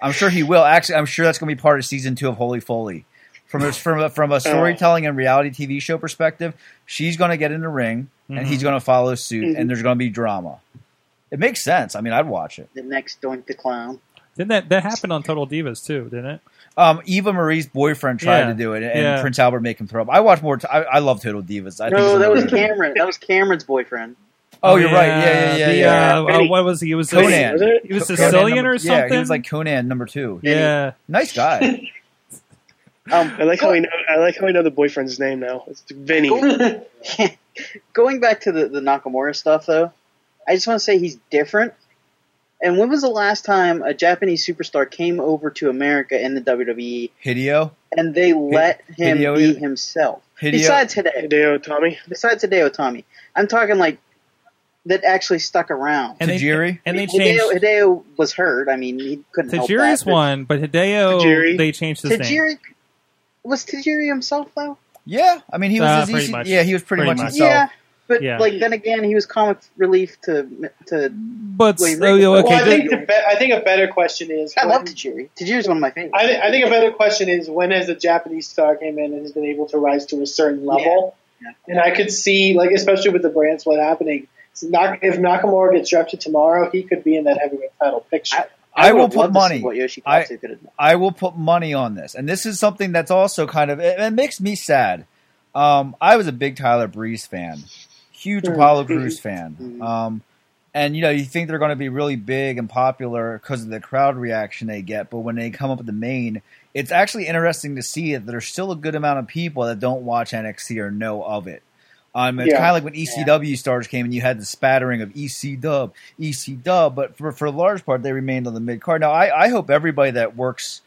I'm sure he will. Actually, I'm sure that's going to be part of season two of Holy Foley. From a, from a,
Oh.
from a storytelling and reality TV show perspective, she's going to get in the ring
Mhm.
and he's going to follow suit,
Mm-hmm.
Mhm.
and there's going to be drama. It makes sense. I mean, I'd watch it.
the next Doink the Clown.
Didn't that that happened on Total Divas too? Didn't it?
Um, Eva Marie's boyfriend tried
Yeah.
to do it, and
Yeah.
Prince Albert make him throw up. I watch more. T- I, I love Total Divas. I think it's
No, that was
underrated.
Cameron. That was Cameron's boyfriend.
Oh, you're right. Yeah, yeah, yeah.
The,
yeah.
uh,
Vinny.
uh, what was he? He was
Conan.
Conan.
Was it?
He was
Conan
Sicilian
number-
or something.
Yeah, he was like Conan number two.
yeah.
Nice guy.
Um,
I like how we know. I like how we know the boyfriend's name now. It's Vinny.
going back to the, the Nakamura stuff, though, I just want to say he's different. And when was the last time a Japanese superstar came over to America in the WWE
Hideo.
and they let him
Hideo
be
is-
himself?
Hideo-
Besides today,
Hideo Tommy.
besides Hideo Tommy, I'm talking like that actually stuck around.
And they,
Tajiri?
and they changed
Hideo, Hideo was hurt. I mean, he couldn't help
Tajiri's
that, but-
one, but Hideo
Tajiri.
they changed his name.
Tajiri was Tajiri himself though.
Yeah, I mean he was
Uh,
his
pretty
EC-
much.
yeah he was pretty,
Pretty
much,
much.
himself.
yeah, but
Yeah.
like then again, he was comic relief to to.
But
Wait,
oh,
Rick-
yeah, okay,
well, I think,
did-
the be- I think a better question is
I love
when-
Tajiri. Tajiri's one of my favorites.
I, thi- I think a better question is when has a Japanese star came in and has been able to rise to a certain level?
Yeah.
And I could see, like, especially with the brand split happening, it's not- if Nakamura gets drafted tomorrow, he could be in that heavyweight title picture.
I will
would've
put
loved to see
money.
What Yoshitatsu
I-
could have done.
I will put money on this, and this is something that's also kind of it, it makes me sad. Um, I was a big Tyler Breeze fan, huge Apollo Crews fan, um, and you know you think they're going to be really big and popular because of the crowd reaction they get, but when they come up with the main, it's actually interesting to see that there's still a good amount of people that don't watch NXT or know of it. Um, it's
Yeah.
kind of like when ECW stars came and you had the spattering of EC Dub, EC Dub, but for for a large part they remained on the mid card. Now I, I hope everybody that works,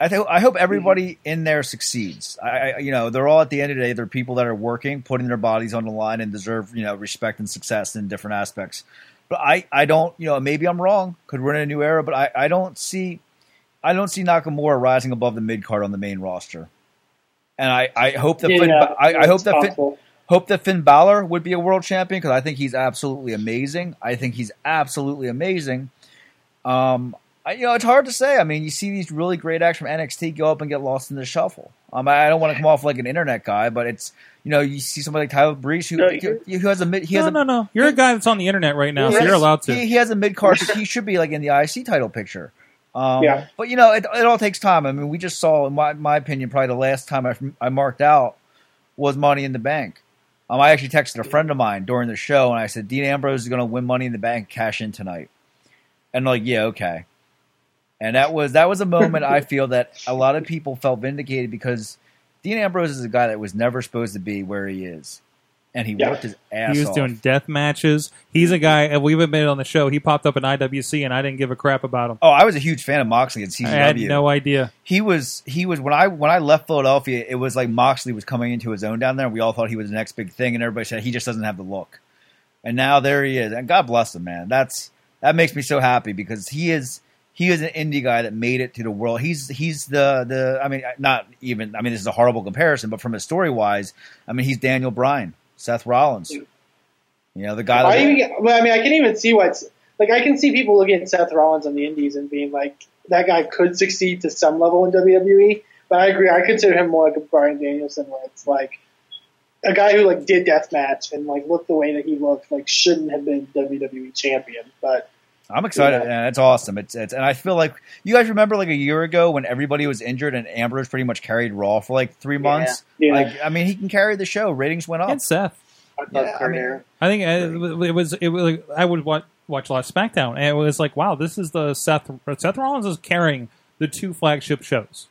I think I hope everybody in there succeeds. I, I you know they're all at the end of the day they're people that are working, putting their bodies on the line and deserve you know respect and success in different aspects. But I I don't you know maybe I'm wrong because we're in a new era, but I I don't see I don't see Nakamura rising above the mid card on the main roster. And I, I hope that Finn,
Yeah,
I, I hope
it's
that Finn,
possible.
hope that Finn Balor would be a world champion because I think he's absolutely amazing. I think he's absolutely amazing. Um, I, you know, it's hard to say. I mean, you see these really great acts from NXT go up and get lost in the shuffle. Um, I, I don't want to come off like an internet guy, but it's you know, you see somebody like Tyler Breeze who
No, you're-
who has a mid he has
no,
a
no, no. You're a guy that's on the internet right now, so
Yes.
you're allowed to.
He, he has a mid card. he should be like in the IC title picture. Um,
Yeah.
But you know, it, it all takes time. I mean, we just saw, in my, my opinion, probably the last time I, I marked out was Money in the Bank. Um, I actually texted a friend of mine during the show, and I said Dean Ambrose is going to win Money in the Bank, cash in tonight. And like, yeah, okay. And that was that was a moment I feel that a lot of people felt vindicated because Dean Ambrose is a guy that was never supposed to be where he is, and he
Yeah.
worked his ass
He was
off.
doing death matches. He's a guy, and we've admitted on the show, he popped up in IWC, and I didn't give a crap about him.
oh, I was a huge fan of Moxley and CZW.
I had no idea.
he was he was when I when I left Philadelphia, it was like Moxley was coming into his own down there. We all thought he was the next big thing, and everybody said he just doesn't have the look. And now there he is, and God bless him, man. That's that makes me so happy because he is he is an indie guy that made it to the world. He's he's the the I mean not even I mean this is a horrible comparison, but from a story wise, I mean he's Daniel Bryan, Seth Rollins. You know, the guy
I,
that
even, well, I mean, I can even see what's like. I can see people looking at Seth Rollins on the Indies and being like, that guy could succeed to some level in WWE. But I agree. I consider him more like a Brian Danielson, where it's like a guy who like did deathmatch and like looked the way that he looked, like shouldn't have been WWE champion. But
I'm excited.
Yeah.
and it's awesome. It's, it's and I feel like you guys remember like a year ago when everybody was injured and Ambrose pretty much carried Raw for like three months.
Yeah.
Like I mean, he can carry the show. Ratings went up.
And Seth.
I thought
Yeah, I
career.
I think I, it was it was like, I would watch, watch a lot of SmackDown, and it was like, wow, this is the Seth Seth Rollins is carrying the two flagship shows.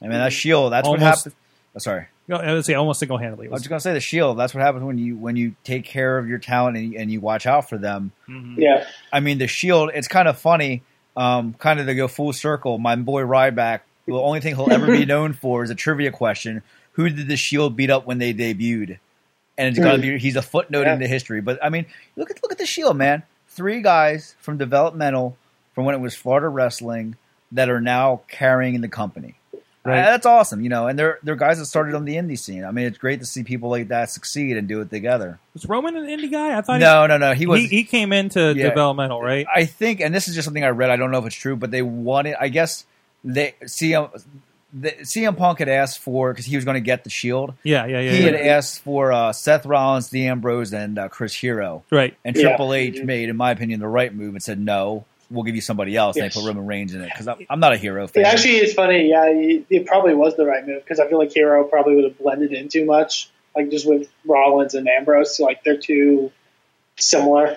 I mean, that Shield. That's what
Almost-
happened. Oh, sorry.
You know, I would say almost single handedly.
I was just gonna say the Shield. That's what happens when you when you take care of your talent and, and you watch out for them.
yeah,
I mean, the Shield. It's kind of funny, um, kind of to go full circle. My boy Ryback. The only thing he'll ever be known for is a trivia question: Who did the Shield beat up when they debuted? And it's gonna be he's a footnote
Yeah.
into history. But I mean, look at look at the Shield, man. Three guys from developmental, from when it was Florida Wrestling, that are now carrying the company.
Right.
Uh, that's awesome, you know. And they're they're guys that started on the indie scene. I mean, it's great to see people like that succeed and do it together.
was Roman an indie guy? I thought
No, no, no. He
he,
was.
he, he came into
Yeah.
developmental, right?
I think, and this is just something I read. I don't know if it's true, but they wanted. I guess they CM the, CM Punk had asked for because he was going to get the Shield.
Yeah, yeah, yeah.
He
yeah.
had asked for uh, Seth Rollins, The Ambrose, and uh, Chris Hero.
right.
And
Yeah. Mm-hmm.
Triple H made, in my opinion, the right move and said, "No, we'll give you somebody else."
Yes.
And they put Roman Reigns in it because I'm not a hero fan.
it actually is funny. Yeah, it, it probably was the right move because I feel like Hero probably would have blended in too much, like just with Rollins and Ambrose. So, like they're too similar.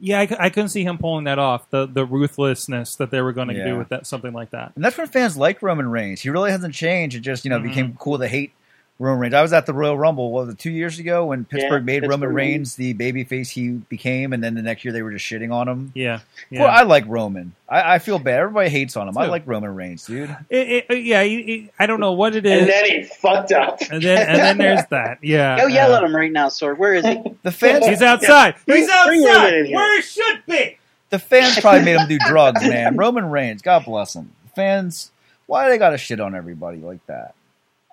Yeah, I, cou- I couldn't see him pulling that off. The the ruthlessness that they were going to
Yeah.
do with that something like that.
And that's when fans like Roman Reigns. He really hasn't changed. It just, you know, became
Mm-hmm.
cool to hate Roman Reigns. I was at the Royal Rumble, what was it, two years ago when Pittsburgh made Roman
Pittsburgh.
Reigns the babyface he became, and then the next year they were just shitting on him.
Yeah, yeah.
Well, I like Roman. I, I feel bad. Everybody hates on him. I
Too.
like Roman Reigns, dude.
It- it- yeah. he- he- I don't know what it is.
And then he fucked up.
and then, and then there's that. Yeah.
Go yell
Uh,
at him right now, Sword. Where is he?
The fans,
He's outside. He's
bring Roman
outside.
in here.
Where he should be.
the fans probably made him do drugs, man. Roman Reigns, God bless him. Fans, why they got to shit on everybody like that?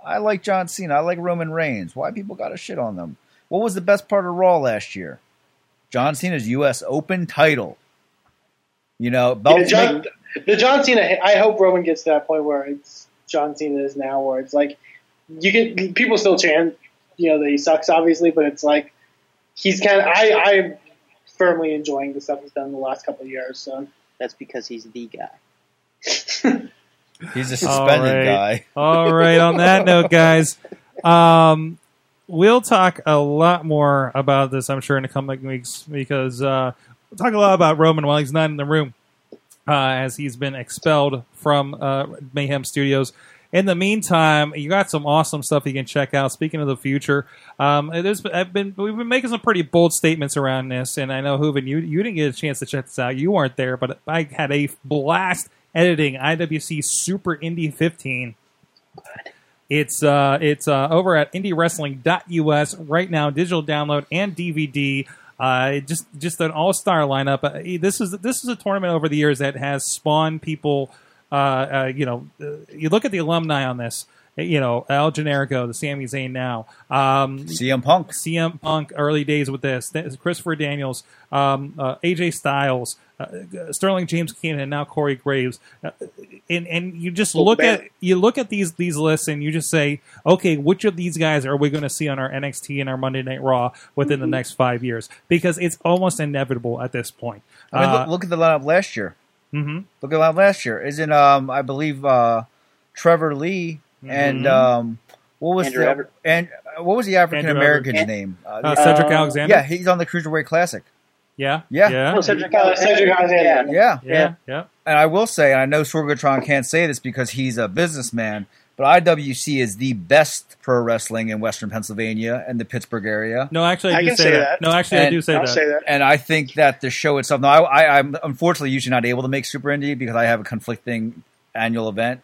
I like John Cena. I like Roman Reigns. Why people got to shit on them? What was the best part of Raw last year? John Cena's U.S. Open title. You know,
Yeah,
belts
John,
make-
the John Cena. I hope Roman gets to that point where it's John Cena is now, where it's like you get people still chant, you know, that he sucks, obviously, but it's like he's kind of. I I'm firmly enjoying the stuff he's done in the last couple of years. So
That's because he's the guy.
he's a suspended
All right.
guy.
All right. On that note, guys, um, we'll talk a lot more about this, I'm sure, in the coming weeks because uh, we'll talk a lot about Roman while he's not in the room, uh, as he's been expelled from uh, Mayhem Studios. In the meantime, you got some awesome stuff you can check out. Speaking of the future, um, there's I've been we've been making some pretty bold statements around this, and I know Hooven, you you didn't get a chance to check this out. You weren't there, but I had a blast editing IWC Super Indie 15. It's uh, it's uh, over at indiewrestling.us right now, digital download and DVD. Uh, just just an all star lineup. Uh, this is this is a tournament over the years that has spawned people. Uh, uh, you know, uh, you look at the alumni on this. You know, Al Generico, the Sami Zayn now, um,
CM Punk.
CM Punk early days with this. Th- Christopher Daniels, um, uh, AJ Styles, uh, Sterling James Keenan, and now Corey Graves. Uh, and and you just look at you look at these these lists and you just say, okay, which of these guys are we going to see on our NXT and our Monday Night Raw within the next five years? Because it's almost inevitable at this point.
I mean,
Uh,
look, look at the lineup last year.
mhm.
Look at lineup last year. Isn't um I believe uh Trevor Lee and
Mhm.
um what was
Andrew
the
Everett.
and uh, what was the African American's
Everett.
name? Uh,
Uh, Cedric
Uh,
Alexander.
yeah, he's on the Cruiserweight Classic.
yeah,
Yeah.
yeah,
Oh, Cedric
Uh,
Alexander.
Cedric Alexander.
Yeah,
yeah. yeah.
and I will say, and I know Sorgatron can't say this because he's a businessman, but IWC is the best pro wrestling in Western Pennsylvania and the Pittsburgh area.
No, actually, I,
I
do
can
say
say
that.
that.
No, actually, I
And
do say
I'll
that.
say that.
And I think that the show itself. Now, I, I, I'm unfortunately usually not able to make Super Indie because I have a conflicting annual event.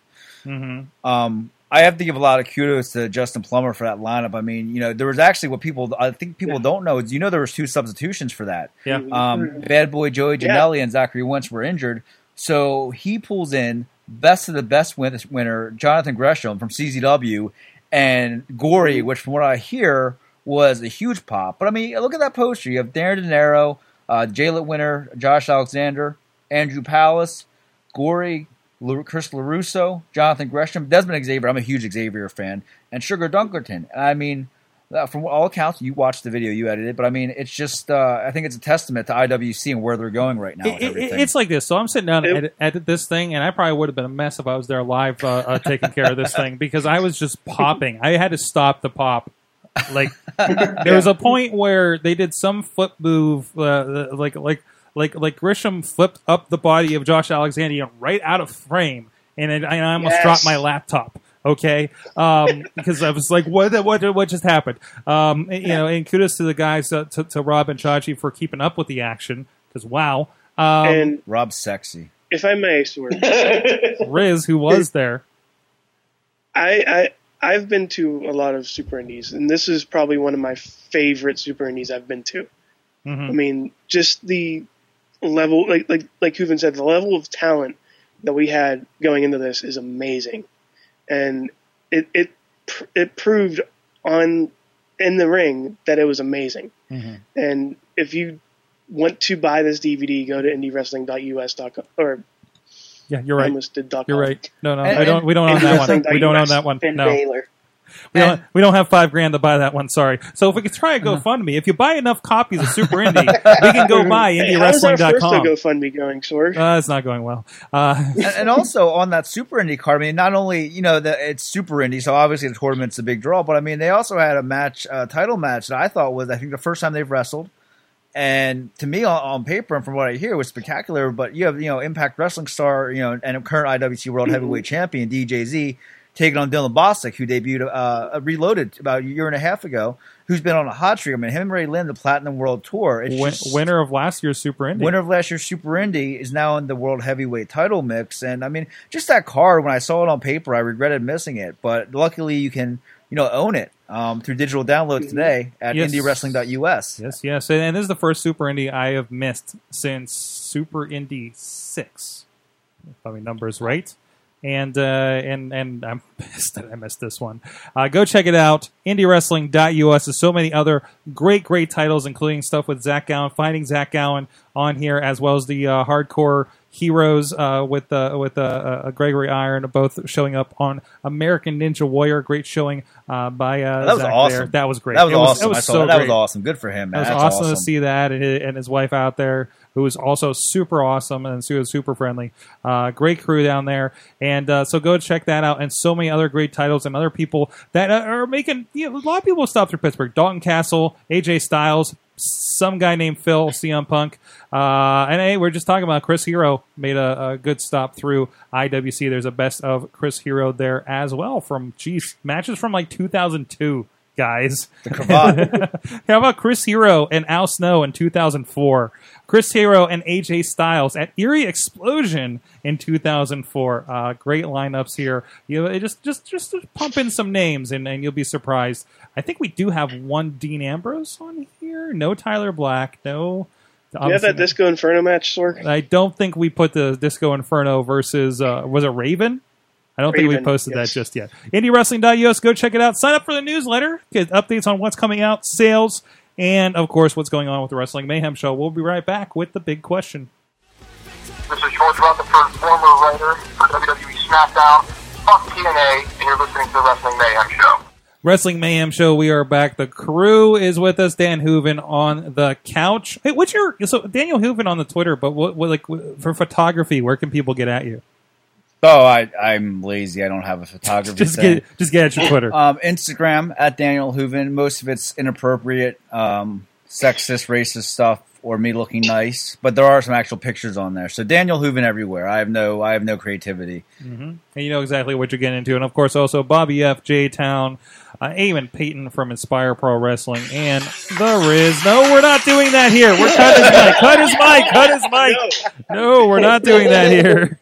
Mhm.
Um, I have to give a lot of kudos to Justin Plummer for that lineup. I mean, you know, there was actually what people I think people don't know is you know there was two substitutions for that.
Yeah.
Um, Bad boy Joey
Yeah.
Janelli and Zachary Wentz were injured, so he pulls in best of the best win- winner Jonathan Gresham from CZW and Gory, which from what I hear was a huge pop. But I mean, look at that poster. You have Darren De Niro, uh, Jaylet Winner, Josh Alexander, Andrew Palace, Gory, Lu- Chris LaRusso, Jonathan Gresham, Desmond Xavier. I'm a huge Xavier fan, and Sugar Dunkerton. And I mean, uh, from all accounts, you watched the video, you edited it, but I mean, it's just, uh, I think it's a testament to IWC and where they're going right now. with
It- it-
everything.
it's like this. So I'm sitting down and
It-
edit, edit this thing, and I probably would have been a mess if I was there live uh, uh, taking care of this thing because I was just popping. I had to stop the pop. Like there was a point where they did some flip move, uh, like like like like Grisham flipped up the body of Josh Alexander you know, right out of frame, and it, and I almost
Yes.
dropped my laptop. Okay, um, because I was like, what what what just happened? Um, and, you know, and kudos to the guys uh, to, to Rob and Chachi for keeping up with the action because wow. Um,
and
Rob's sexy.
if I may, Stuart,
Riz, who was there.
I, I I've been to a lot of super indies, and this is probably one of my favorite super indies I've been to. I mean, just the level, like like like Hooven said, the level of talent that we had going into this is amazing, and it it pr- it proved on in the ring that it was amazing. And if you want to buy this DVD, go to indiewrestling.us.com or
Yeah, you're
I
right.
almost did .com.
You're right. No, no,
And-
I don't.
and-
We don't own
and
that one.
wrestling
We don't own
digress.
that one.
Ben
No,
Baylor.
we don't,
And-
we don't have five grand to buy that one. Sorry. So if we could try a
Uh-huh.
GoFundMe, if you buy enough copies of Super Indie, we can go buy
Hey, how's our first
IndieWrestling.com.
GoFundMe going, Sorg?
Uh, it's not going well. Uh,
and, and also on that Super Indie card, I mean, not only you know the, it's Super Indie, so obviously the tournament's a big draw, but I mean they also had a match, a title match that I thought was I think the first time they've wrestled, and to me on, on paper and from what I hear was spectacular. But you have you know Impact Wrestling star, you know, and current IWC World Heavyweight Champion DJZ taking on Dylan Bostic, who debuted uh, Reloaded about a year and a half ago, who's been on a hot streak. I mean, him and Ray Lynn, the Platinum World Tour, it's
win-
just-
winner of last year's Super Indie.
Winner of last year's Super Indie is now in the World Heavyweight title mix. And I mean, just that card, when I saw it on paper, I regretted missing it. But luckily, you can, you know, own it um, through digital downloads today at
Yes.
indiewrestling.us.
Yes, yes, and, and this is the first Super Indie I have missed since Super Indie Six. If my numbers right, and uh, and and I'm pissed that I missed this one. Uh, go check it out. IndieWrestling.us There's so many other great, great titles, including stuff with Zach Gowan, finding Zach Gowan on here, as well as the uh, hardcore heroes uh, with uh, with uh, uh, Gregory Iron, both showing up on American Ninja Warrior. Great showing uh, by uh,
That was
Zach
awesome.
there. That was great.
That was
It
awesome.
It was
I saw
so
that. That was
great.
awesome. Good for him,
It
man.
was
That's
awesome,
awesome.
to see that and, and his wife out there, who was also super awesome and she was super friendly. Uh, great crew down there, and uh, so go check that out. And so many other great titles and other people that uh, are are making you know, a lot of people stop through Pittsburgh. Dalton Castle, AJ Styles, some guy named Phil CM Punk, uh, and hey, we're just talking about Chris Hero made a, a good stop through IWC. There's a best of Chris Hero there as well from geez matches from like 2002 guys.
Cravat.
How about Chris Hero and Al Snow in 2004? Chris Hero and AJ Styles at Erie Explosion in 2004. Uh, great lineups here. You know, just just just pump in some names and, and you'll be surprised. I think we do have one Dean Ambrose on here. No Tyler Black. No.
Do you have that Disco Inferno match, Sorg?
I don't think we put the Disco Inferno versus uh, was it Raven? I don't think
Raven,
we posted
yes.
that just yet. IndieWrestling.us, go check it out. Sign up for the newsletter. Get updates on what's coming out, sales, and of course what's going on with the Wrestling Mayhem show. We'll be right back with the big question.
This is George Rutherford, former writer for WWE SmackDown. Fuck TNA, and you're listening to the Wrestling Mayhem Show.
Wrestling Mayhem show. We are back. The crew is with us. Dan Hooven on the couch. Hey, what's your so Daniel Hooven on the Twitter? But what, what like for photography? Where can people get at you?
oh, I, I'm lazy. I don't have a photography.
Just
thing.
get just get at your Twitter.
Um, Instagram at Daniel Hooven. Most of it's inappropriate, um, sexist, racist stuff, or me looking nice. But there are some actual pictures on there. So Daniel Hooven everywhere. I have no, I have no creativity.
and you know exactly what you're getting into. And of course, also Bobby F. J. Town, uh, Eamon Payton from Inspire Pro Wrestling, and the Riz. No, we're not doing that here. We're cut his mic, cut his mic, cut his mic. No, we're not doing that here.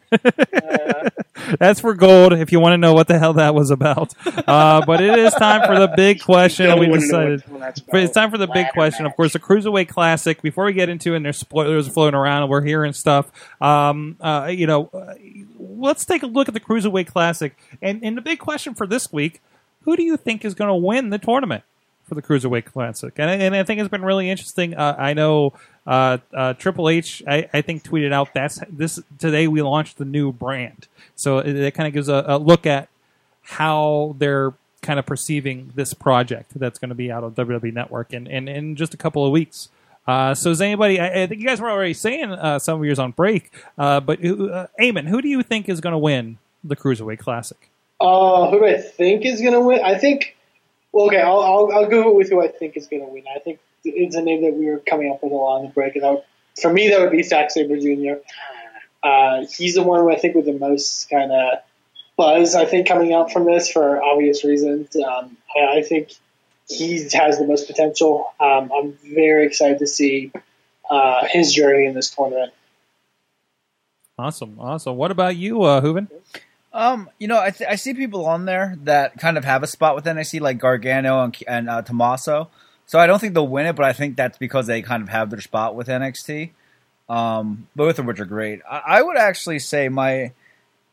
That's for gold. If you want to know what the hell that was about, uh, but it is time for the big question.
Don't
and we
wanna know
decided.
what- what that's
But it's
about.
time for the big question. Of course, the Cruiserweight Classic. Before we get into it, and there's spoilers floating around, and we're hearing stuff. Um, uh, you know, uh, let's take a look at the Cruiserweight Classic. And and the big question for this week: Who do you think is going to win the tournament? for the Cruiserweight Classic. And, I- and I think it's been really interesting. Uh, I know uh, uh, Triple H, I, I think, tweeted out that's this today we launched the new brand. So it, it kind of gives a, a look at how they're kind of perceiving this project that's going to be out on WWE Network in, in, in just a couple of weeks. Uh, so is anybody? I, I think you guys were already saying uh, some of yours on break, uh, but who- uh, Eamon, who do you think is going to win the Cruiserweight Classic?
Uh, who do I think is going to win? I think. Well, okay, I'll, I'll, I'll go with who I think is going to win. I think it's a name that we were coming up with a lot on the break. And that would, for me, that would be Zack Sabre Jr. Uh, he's the one who I think with the most kind of buzz, I think, coming out from this for obvious reasons. Um, I, I think he has the most potential. Um, I'm very excited to see uh, his journey in this tournament.
Awesome, awesome. What about you, uh, Hooven?
Um, you know, I, th- I see people on there that kind of have a spot with NXT, like Gargano and, and uh, Tommaso. So I don't think they'll win it, but I think that's because they kind of have their spot with NXT. Um, both of which are great. I, I would actually say my,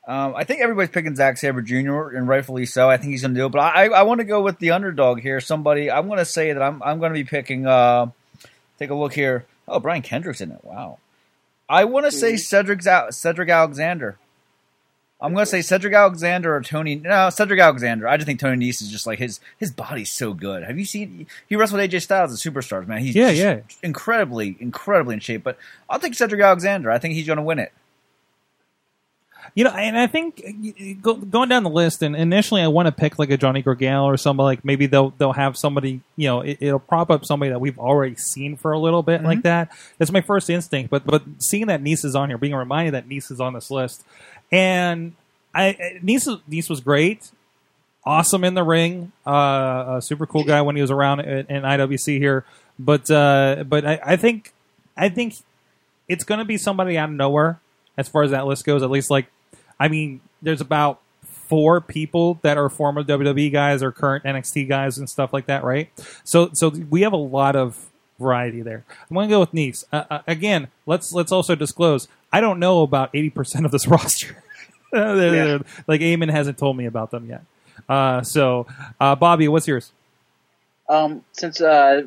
um, I think everybody's picking Zack Saber Jr. and rightfully so. I think he's going to do it, but I, I want to go with the underdog here. Somebody, I'm going to say that I'm I'm going to be picking. Uh, take a look here. Oh, Brian Kendrick's in it. Wow. I want to say Cedric's out. Cedric Alexander. I'm gonna say Cedric Alexander or Tony. No, Cedric Alexander. I just think Tony Nese is just like his his body's so good. Have you seen he wrestled AJ Styles at Superstars? Man, he's
Yeah,
just
yeah.
incredibly, incredibly in shape. But I'll take Cedric Alexander. I think he's gonna win it.
You know, and I think uh, go, going down the list, and initially I want to pick like a Johnny Gargano or somebody like maybe they'll they'll have somebody you know it, it'll prop up somebody that we've already seen for a little bit like that. That's my first instinct, but but seeing that Nice is on here, being reminded that Nice is on this list, and I Nice Nice was great, awesome in the ring, uh, a super cool guy when he was around in, in IWC here, but uh, but I, I think I think it's going to be somebody out of nowhere as far as that list goes. At least, like, I mean, there's about four people that are former WWE guys or current NXT guys and stuff like that, right? So, so we have a lot of variety there. I'm going to go with Nice. Uh, uh, again, let's let's also disclose. I don't know about 80 percent of this roster. They're- they're- Like, Eamon hasn't told me about them yet. Uh, so, uh, Bobby, what's yours?
Um, since uh,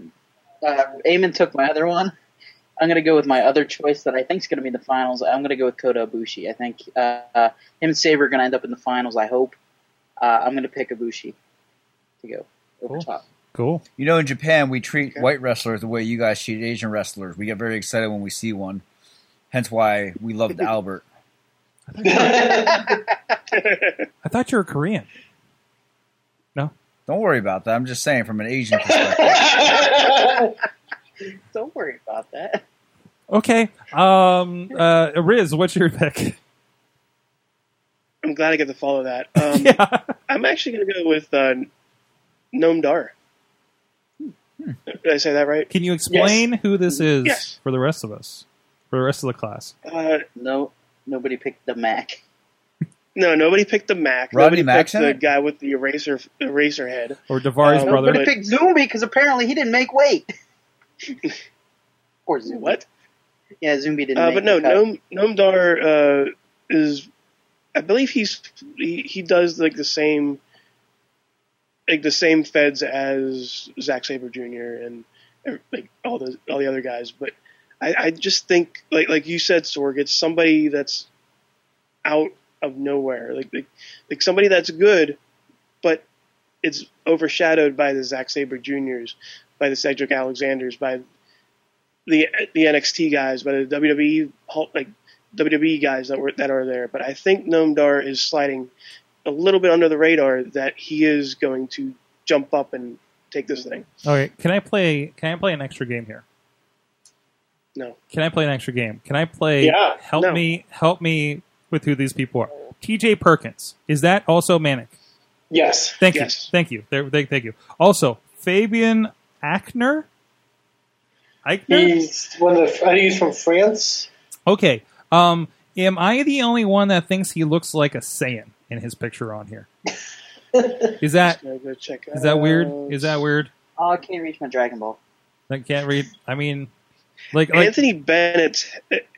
uh, Eamon took my other one, I'm going to go with my other choice that I think is going to be the finals. I'm going to go with Kota Ibushi. I think uh, uh, him and Saber are going to end up in the finals. I hope. Uh, I'm going to pick Ibushi to go over
Cool.
top.
Cool.
You know, in Japan, we treat white wrestlers the way you guys treat Asian wrestlers. We get very excited when we see one. Hence why we loved Albert.
I thought you were Korean.
Don't worry about that. I'm just saying from an Asian perspective.
Don't worry about that.
Okay. Um, uh, Riz, what's your pick?
I'm glad I get to follow that. Um,
yeah.
I'm actually going to go with uh, Noam Dar. Did I say that right?
Can you explain who this is
Yes.
for the rest of us, for the rest of the class?
Uh,
No, nobody picked the Mac.
no, nobody picked the Mac. nobody
Rodney Mac's
picked
in
the
it?
guy with the eraser eraser head.
Or Davari's
Uh,
brother?
Nobody
But-
picked Zumbi because apparently he didn't make weight. Poor Zumbi.
What?
Yeah, Zumbi didn't.
Uh,
make
but no,
the cut.
Noam, Noam Dar uh, is, I believe he's he, he does like the same, like the same feds as Zack Saber Jr. and uh, like all the all the other guys. But I, I just think like like you said, Sorg, it's somebody that's out of nowhere, like like, like somebody that's good, but it's overshadowed by the Zack Saber Juniors, by the Cedric Alexanders, by the the NXT guys, but the WWE Hulk- like WWE guys that were that are there. But I think Noam Dar is sliding a little bit under the radar that he is going to jump up and take this thing.
Okay, can I play? Can I play an extra game here?
No.
Can I play an extra game? Can I play?
Yeah,
Help
no.
me. Help me with who these people are. T.J. Perkins is that also Manic?
Yes.
Thank
Yes.
you. Thank you. There, thank, thank you. Also, Fabian Ackner. Eichner.
He's one of the, I think he's from France.
Okay. Um, am I the only one that thinks he looks like a Saiyan in his picture on here? is that
Gotta go check
is that
out.
weird? Is that weird?
Oh, I can't reach my Dragon Ball.
I can't read. I mean, like, like
Anthony Bennett's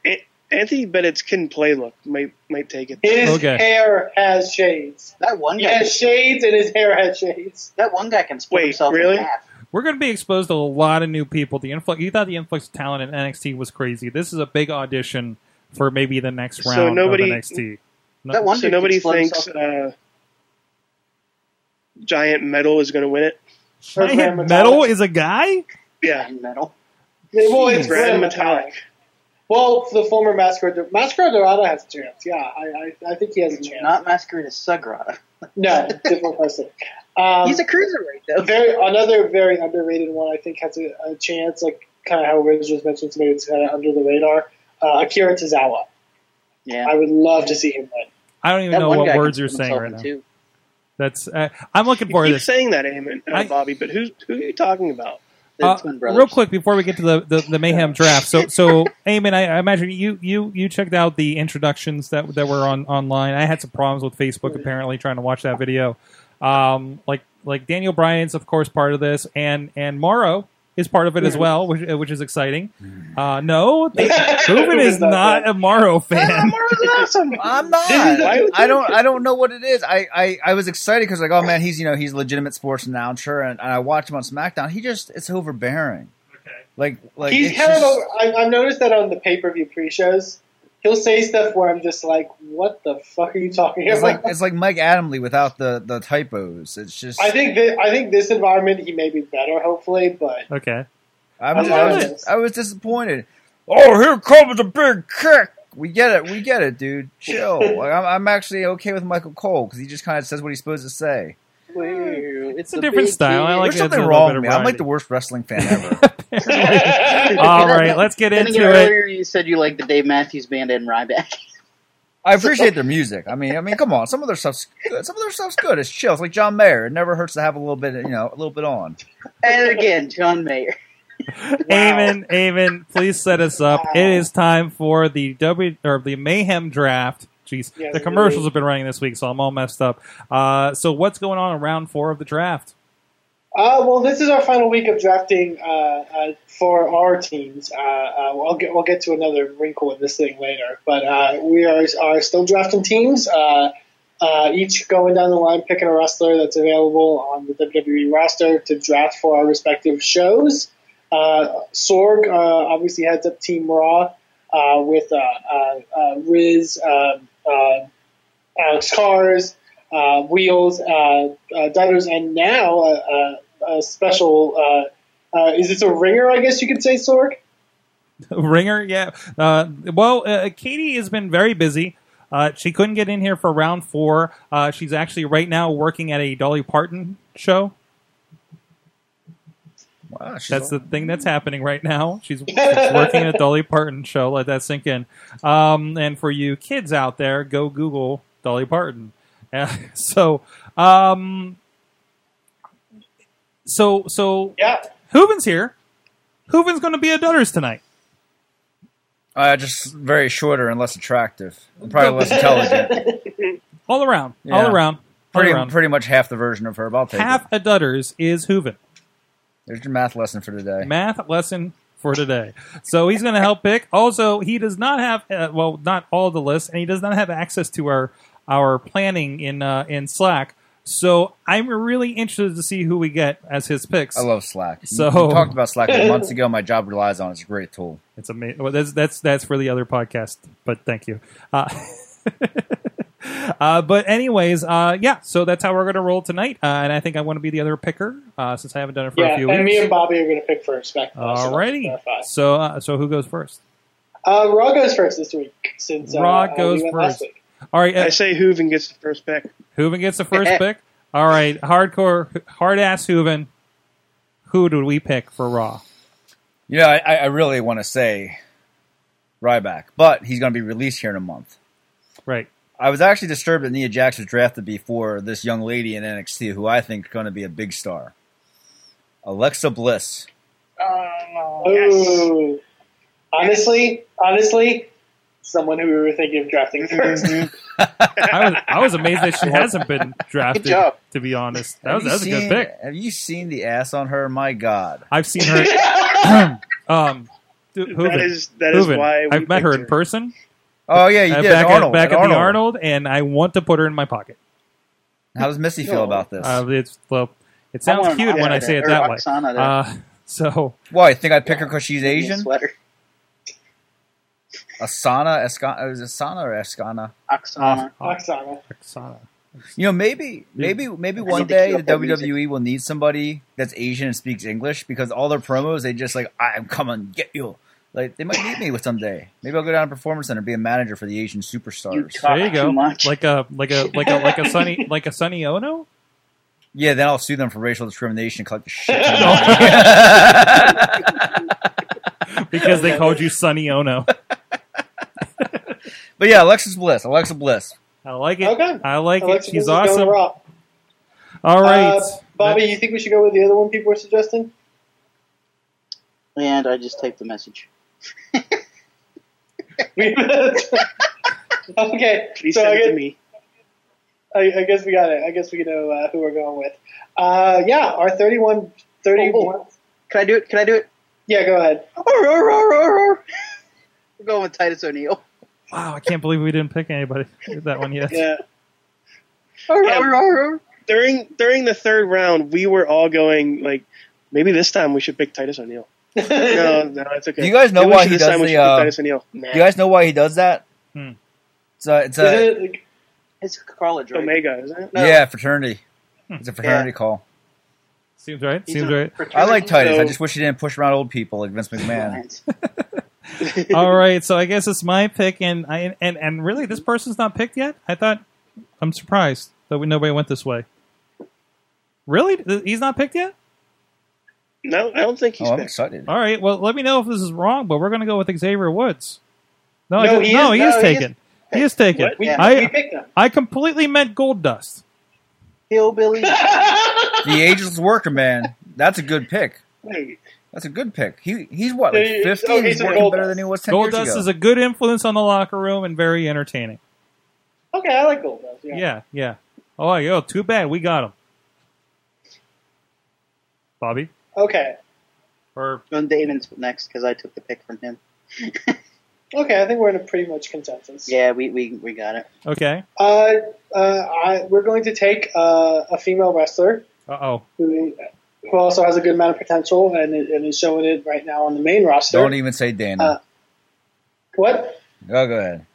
A- Anthony Bennett's can play look might might take it.
His
Okay.
hair has shades.
That one
He
guy.
has shades, and his hair has shades.
That one guy can split
Wait,
himself
really?
in half.
we're going to be exposed to a lot of new people. The influx, you thought the influx of talent in NXT was crazy. This is a big audition for maybe the next
So
round
nobody-
of NXT. No-
That one
So
dude
nobody
just let
thinks
himself-
uh, Giant Metal is going to win it.
Giant Metal is a guy.
Yeah,
metal.
Well, it's
Brad
Grand
Metallic.
Well, the former Masquerade Masquerade Dorado has a chance. Yeah, I, I, I think he has a chance.
Not masquerade as Sugrata.
No, different person. Um,
He's a cruiserweight though.
very another very underrated one. I think has a, a chance. Like kind of how Riggs was mentioned, maybe it's kind of under the radar. Uh, Akira Tozawa.
yeah.
I would love to see him win.
I don't even
That
know
one guy
what
can
words
turn
you're saying
himself
right now.
into-
That's uh, I'm looking
You
forward to
keep
this.
saying that, Eamon, uh,
I-
Bobby, but who who are you talking about?
The
Uh,
twin brothers.
real quick before we get to the, the, the mayhem draft. So so Eamon, I, I imagine you you you checked out the introductions that that were on online. I had some problems with Facebook apparently trying to watch that video. Um, like like Daniel Bryan's of course part of this, and and Morrow is part of it as well, which which is exciting. Uh, no, Hooven is
Hooven's not
not a Morrow fan.
awesome.
I'm not.
Why would
I
you-
don't. I don't know what it is. I, I, I was excited because like, oh man, he's you know he's a legitimate sports announcer, and, and I watched him on SmackDown. He just it's overbearing. Like like
He's
it's
kind
just-
of. Over, I, I've noticed that on the pay per view pre shows, he'll say stuff where I'm just like, "What the fuck are you talking
it's
about?"
like it's like Mike Adamley without the the typos. It's just
I think that I think this environment he may be better, hopefully, but
Okay,
I'm,
I'm
I,
not-
was, I was disappointed. Oh, here comes a big kick. We get it. We get it, dude. Chill. like, I'm, I'm actually okay with Michael Cole because he just kind of says what he's supposed to say.
Woo,
it's a
the
different
big
style. I
kid.
like it.
There's
It's a
something
little
wrong
bit
with
of
me. I'm like
variety.
the worst wrestling fan ever.
All right, let's get
Then
into
again,
it.
earlier you said you like the Dave Matthews Band and Ryback.
I appreciate their music. I mean, I mean, come on. Some of their stuff's good. Some of their stuff's good. It's chill. It's like John Mayer. It never hurts to have a little bit, you know, a little bit on.
and again, John Mayer.
Amen, Amen. Please set us up.
Wow.
It is time for the W or the Mayhem draft. Jeez,
Yeah,
the
really.
commercials have been running this week, so I'm all messed up. Uh, so what's going on in round four of the draft?
Uh, well, this is our final week of drafting uh, uh, for our teams. Uh, uh, we'll, get, we'll get to another wrinkle in this thing later, but uh, we are, are still drafting teams, uh, uh, each going down the line, picking a wrestler that's available on the WWE roster to draft for our respective shows. Uh, Sorg uh, obviously heads up Team Raw uh, with uh, uh, uh, Riz, um uh, Alex Cars, uh, Wheels, uh, uh, Dutters, and now uh, uh, a special. Uh, uh, is this a ringer? I guess you could say, Sorg.
Ringer, yeah. Uh, well, uh, Katie has been very busy. Uh, she couldn't get in here for round four. Uh, she's actually right now working at a Dolly Parton show.
Wow, she's
That's the thing that's happening right now. She's, she's
Yeah.
working at Dolly Parton show. Let that sink in. Um, and for you kids out there, go Google Dolly Parton. Uh, so, um, so, so
Yeah.
Hooven's here. Hooven's going to be at Dutters tonight.
uh, just very shorter and less attractive, and probably less intelligent.
All around.
Yeah.
All around. All
Pretty,
around.
pretty much half the version of her. But I'll take it.
Half a Dutters is Hooven.
There's your math lesson for today.
math lesson for today. So he's going to help pick. Also, he does not have uh, well, not all the lists, and he does not have access to our our planning in uh, in Slack. So I'm really interested to see who we get as his picks.
I love Slack.
So-
we talked about Slack months ago. My job relies on it. It's a great tool.
It's amazing. Well, that's that's that's for the other podcast, but thank you. Uh, uh, but anyways, uh, yeah. So that's how we're going to roll tonight, uh, and I think I want to be the other picker uh, since I haven't done it for
Yeah,
a few
and
weeks.
me and Bobby are going to pick first. Back
Alrighty. So uh, so who goes first?
Uh, Raw goes first this week since uh,
Raw
uh, we
goes
went
first.
last week.
All right, uh,
I say Hooven gets the first pick.
Hooven gets the first pick. All right, hardcore, hard ass Hooven. Who do we pick for Raw?
You know, I, I I really want to say Ryback, but he's going to be released here in a month.
Right.
I was actually disturbed that Nia Jax was drafted before this young lady in NXT, who I think is going to be a big star, Alexa Bliss.
Ooh. Honestly, honestly, someone who we were thinking of drafting first.
I was I was amazed that she hasn't been drafted.
Good job.
To be honest, that was,
Have
that
you
was a good
seen-
pick.
Have you seen the ass on her? My God,
I've seen her. um, d- Hooven.
That is that is
Hooven.
why we
I've met her in
picked
person.
oh yeah, you
uh,
did
back
Arnold.
at, back
at
at the Arnold, and I want to put her in my pocket.
How does Missy feel about this?
Uh, it's well, It sounds
want an
cute when I
Oksana
say it
to-
that
or
way.
Oksana to-
Uh, so
Why? You think I pick her because she's
Give me a
Asian?
sweater.
Asana, Escana, is it Asana or Escana?
Oksana.
Oksana.
Oksana.
You know, maybe, maybe, maybe
need
one
to
day
cue
the
up that
WWE
music.
will need somebody that's Asian and speaks English because all their promos they just like, I'm coming, get you. Like they might need me with someday. Maybe I'll go down to Performance Center and be a manager for the
You
Asian superstars.
talk
there you
too
go.
much.
Like a like a like a like a sunny like a sunny Ono.
Yeah, then I'll sue them for racial discrimination. and Collect the shit. ton of money.
because they called you Sunny Ono.
but yeah, Alexis Bliss, Alexa Bliss.
I like it.
Okay.
I like
Alexa
it. She's
Bliss is going to
awesome.
Raw.
All right,
Uh, Bobby, you think we should go with the other one people were suggesting?
and I just typed the message.
We- okay,
Please
so
send
I
it to
guess,
me.
I, I guess we got it. I guess we know uh, who we're going with. Uh, yeah, our 31, 31.
Can I do it? Can I do it?
Yeah, go ahead.
Arr, arr, arr, arr, arr. We're going with Titus O'Neil.
wow! I can't believe we didn't pick anybody with that one yet.
Yeah.
Arr,
Yeah.
arr, arr, arr.
During during the third round, we were all going like, maybe this time we should pick Titus O'Neil. No, no, it's okay.
Do you guys know
Maybe we
why
should
he
this
does
time we
the,
should pick
uh,
Titus O'Neil? Nah.
You guys know why he does that?
Hmm.
It's a, it's
Is
a
it, like,
It's college,
Oh,
right?
Omega, isn't it?
No.
yeah fraternity. It's a fraternity call.
Seems right.
He's
Seems
a
right.
I
fraternity
like Titus. I
So-
just wish he didn't push around old people like Vince McMahon.
alliance.
All right, so I guess it's my pick, and I and and really, this person's not picked yet. I thought I'm surprised that we, nobody went this way. Really, Th- he's not picked yet.
No, I don't think he's
Oh, I'm
picked.
excited.
All right, well, let me know if this is wrong, but we're gonna go with Xavier Woods. No, I
No,
didn't-
he
no, he is
is- no, he is
taken. He is taken.
What?
we,
Yeah.
we
I
picked them.
I completely meant Gold Dust.
Hillbilly.
The ageless worker man. That's a good pick.
Wait,
That's a good pick. He he's what like
Yeah, yeah,
fifty.
oh,
and he's
he's a
working
Goldust.
better than he was ten
Gold
years
Dust
ago.
is a good influence on the locker room and very entertaining.
Okay, I like Gold Dust. Yeah.
Yeah, yeah. Oh, yo, too bad we got him, Bobby.
Okay.
Or
John Damon's next because I took the pick from him.
Okay, I think we're in a pretty much consensus.
Yeah, we we, we got it.
okay.
Uh, uh, I, we're going to take uh, a female wrestler
Uh oh.
who, who also has a good amount of potential and, is- and is showing it right now on the main roster.
Don't even say Dana.
Uh, what?
oh, go ahead.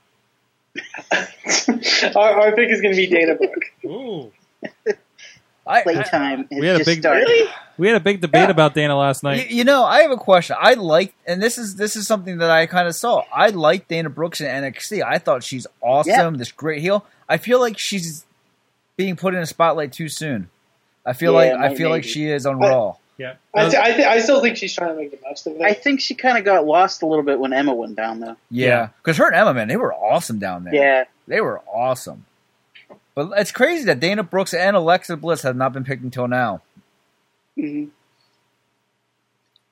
our, our pick is going to be Dana Brooke.
Ooh.
I, I-
Playtime has
We had a
just
big-
started.
We had a big debate
Yeah.
about Dana last
y-
night.
you know, I have a question. I like, and this is this is something that I kind of saw. I like Dana Brooks in NXT. I thought she's awesome.
Yeah.
This great heel. I feel like she's being put in a spotlight too soon. I feel
Yeah,
like I
may-
feel like
maybe.
she is on
I-
Raw.
Yeah. Uh,
I, th- I, th- I still think she's trying to make the most of it.
I think she kind of got lost a little bit when Emma went down, though.
Yeah, because her and Emma, man, they were awesome down there.
Yeah,
They were awesome. But it's crazy that Dana Brooks and Alexa Bliss have not been picked until now.
mhm.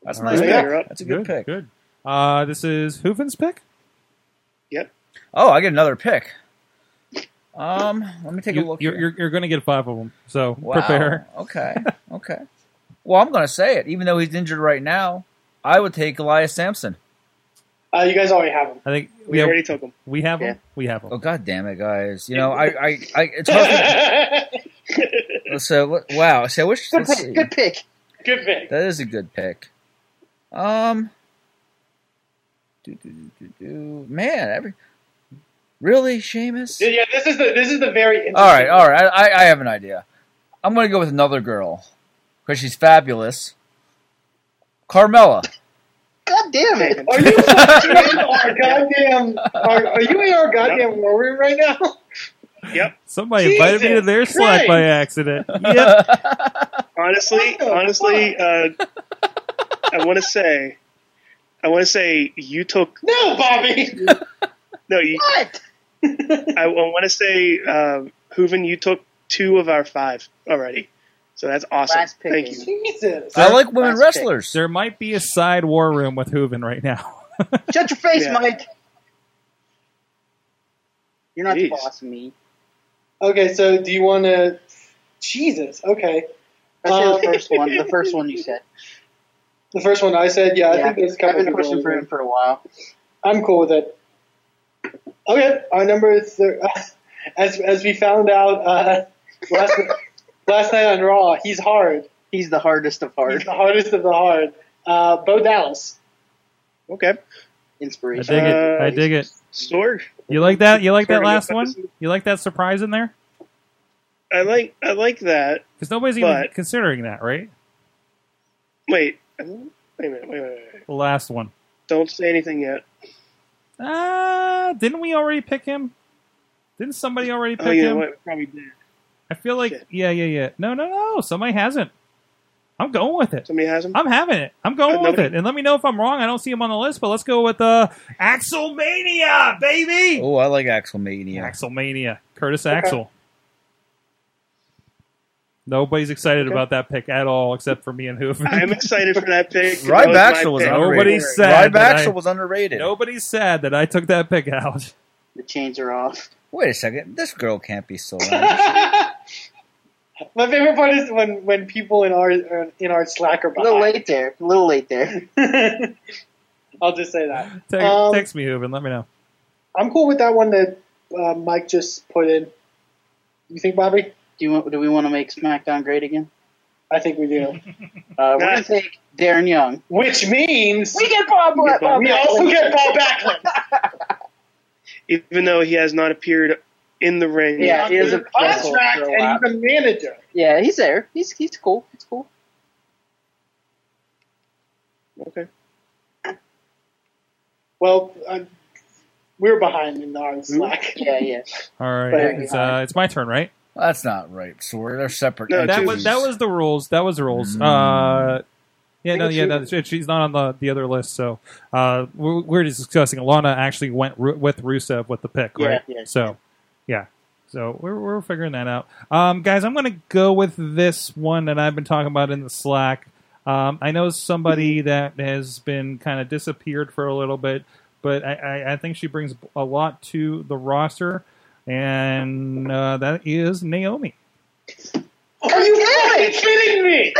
That's a
All
nice
right.
pick.
You're up.
That's a good, pick.
Good. Uh, this is Hooven's pick.
Oh, I get another pick. Um, let me take a
You,
look.
you're
here.
you're, you're going to get five of them, so
Wow.
prepare.
Okay. Okay. well, I'm going to say it. Even though he's injured right now, I would take Elias Sampson.
uh, you guys already have him.
I think
we
we have
already took him.
we have them.
Yeah.
We have them.
Oh God damn it, guys! You know, I, I, I it's hard to, so what- wow. So which
good
let's
pick.
see.
Good pick.
Good pick.
That is a good pick. Um, do, do, do, do, do. man, every really Seamus.
Yeah, this is the this is the very interesting.
All right, all right. I, I have an idea. I'm going to go with another girl because she's fabulous. Carmella.
God damn it!
Are you fucking in our goddamn? Are, are you in our goddamn war room right now?
Yep.
Somebody
Jesus
invited me to their Slack
Christ.
by accident. Yep.
Honestly,
What the
honestly, uh, I want to say, I want to say you took
No, Bobby.
no. You,
What?
I want to say, um, Hooven, you took two of our five already. So that's awesome.
Last pick
Thank
is-
you.
Jesus.
I like
Nice
women
pick.
wrestlers.
there might be a side war room with Hooven right now.
Shut your face,
Yeah.
Mike. You're not the
Jeez.
boss of me.
Okay, so do you want to? Jesus. Okay,
Especially the
Um,
first one. The first one you said.
the first one I said. Yeah, I think there's a
I've
couple
been
people.
pushing
in
for
there.
him for a while.
I'm cool with it. Okay, our number is as as we found out uh, last last night on Raw. He's hard.
He's the hardest of
He's
hard
the hardest of the hard. Uh, Bo Dallas.
Okay.
I
inspiration.
dig it. I
Uh,
dig it.
Sword.
You like that? You like that
Sorry,
last
but
one?
this is-
You like that surprise in there?
I like I like that.
Because nobody's even
But-
considering that, right?
Wait. Wait a minute. Wait a minute. Wait, wait, wait.
The last one.
Don't say anything yet.
Ah, didn't we already pick him? Didn't somebody already pick
Oh, you know
him?
what? Probably did.
I feel like
Shit.
yeah, yeah, yeah. No, no, no. Somebody hasn't. I'm going with it.
Somebody has him.
I'm having it. I'm going
Uh,
with
nobody-
it. And let me know if I'm wrong. I don't see him on the list, but let's go with uh, Axel Mania, baby.
Oh, I like Axel Mania.
Axel Mania, Curtis Axel. Nobody's excited about that pick at all, except for me and Hooven.
I'm excited for that pick. That
Ryback
my
Axel was
pick.
underrated.
Nobody's sad that I-
Ryback Axel was underrated.
Nobody's sad that I took that pick out.
The chains are off.
Wait a second. This girl can't be so loud.
My favorite part is when, when people in our are in our Slack are
A little
behind.
late there. A little late there.
I'll just say that.
Te-
Um,
text me, Hooven. Let me know.
I'm cool with that one that uh, Mike just put in. You think, Bobby?
Do you want, do we want to make SmackDown great again?
I think we do.
Uh, we're gonna take Darren Young.
Which means
We get Bob. Bob, Bob
we also get Paul Backlund.
Even though he has not appeared in the ring.
Yeah, he is a
Under contract
asshole.
and he's a manager.
Yeah, he's there. He's he's cool. He's cool.
Okay.
Well, uh, we're behind in our Slack.
Yeah, yeah.
All
But-
right, it's, uh, it's my turn, right?
That's not right, Sword. They're separate.
No,
That
Two.
was that was the rules. That was the
Mm.
rules. Uh, yeah, no, yeah, no, she- she's not on the, the other list. So uh, we're, we're just discussing. Lana actually went Ru- with Rusev with the pick,
Yeah,
right?
yeah.
So, yeah. So we're, we're figuring that out, um, guys. I'm gonna go with this one that I've been talking about in the Slack. Um, I know somebody
Mm-hmm.
that has been kind of disappeared for a little bit, but I, I, I think she brings a lot to the roster, and uh, that is Naomi.
Are
Oh,
you fucking kidding me?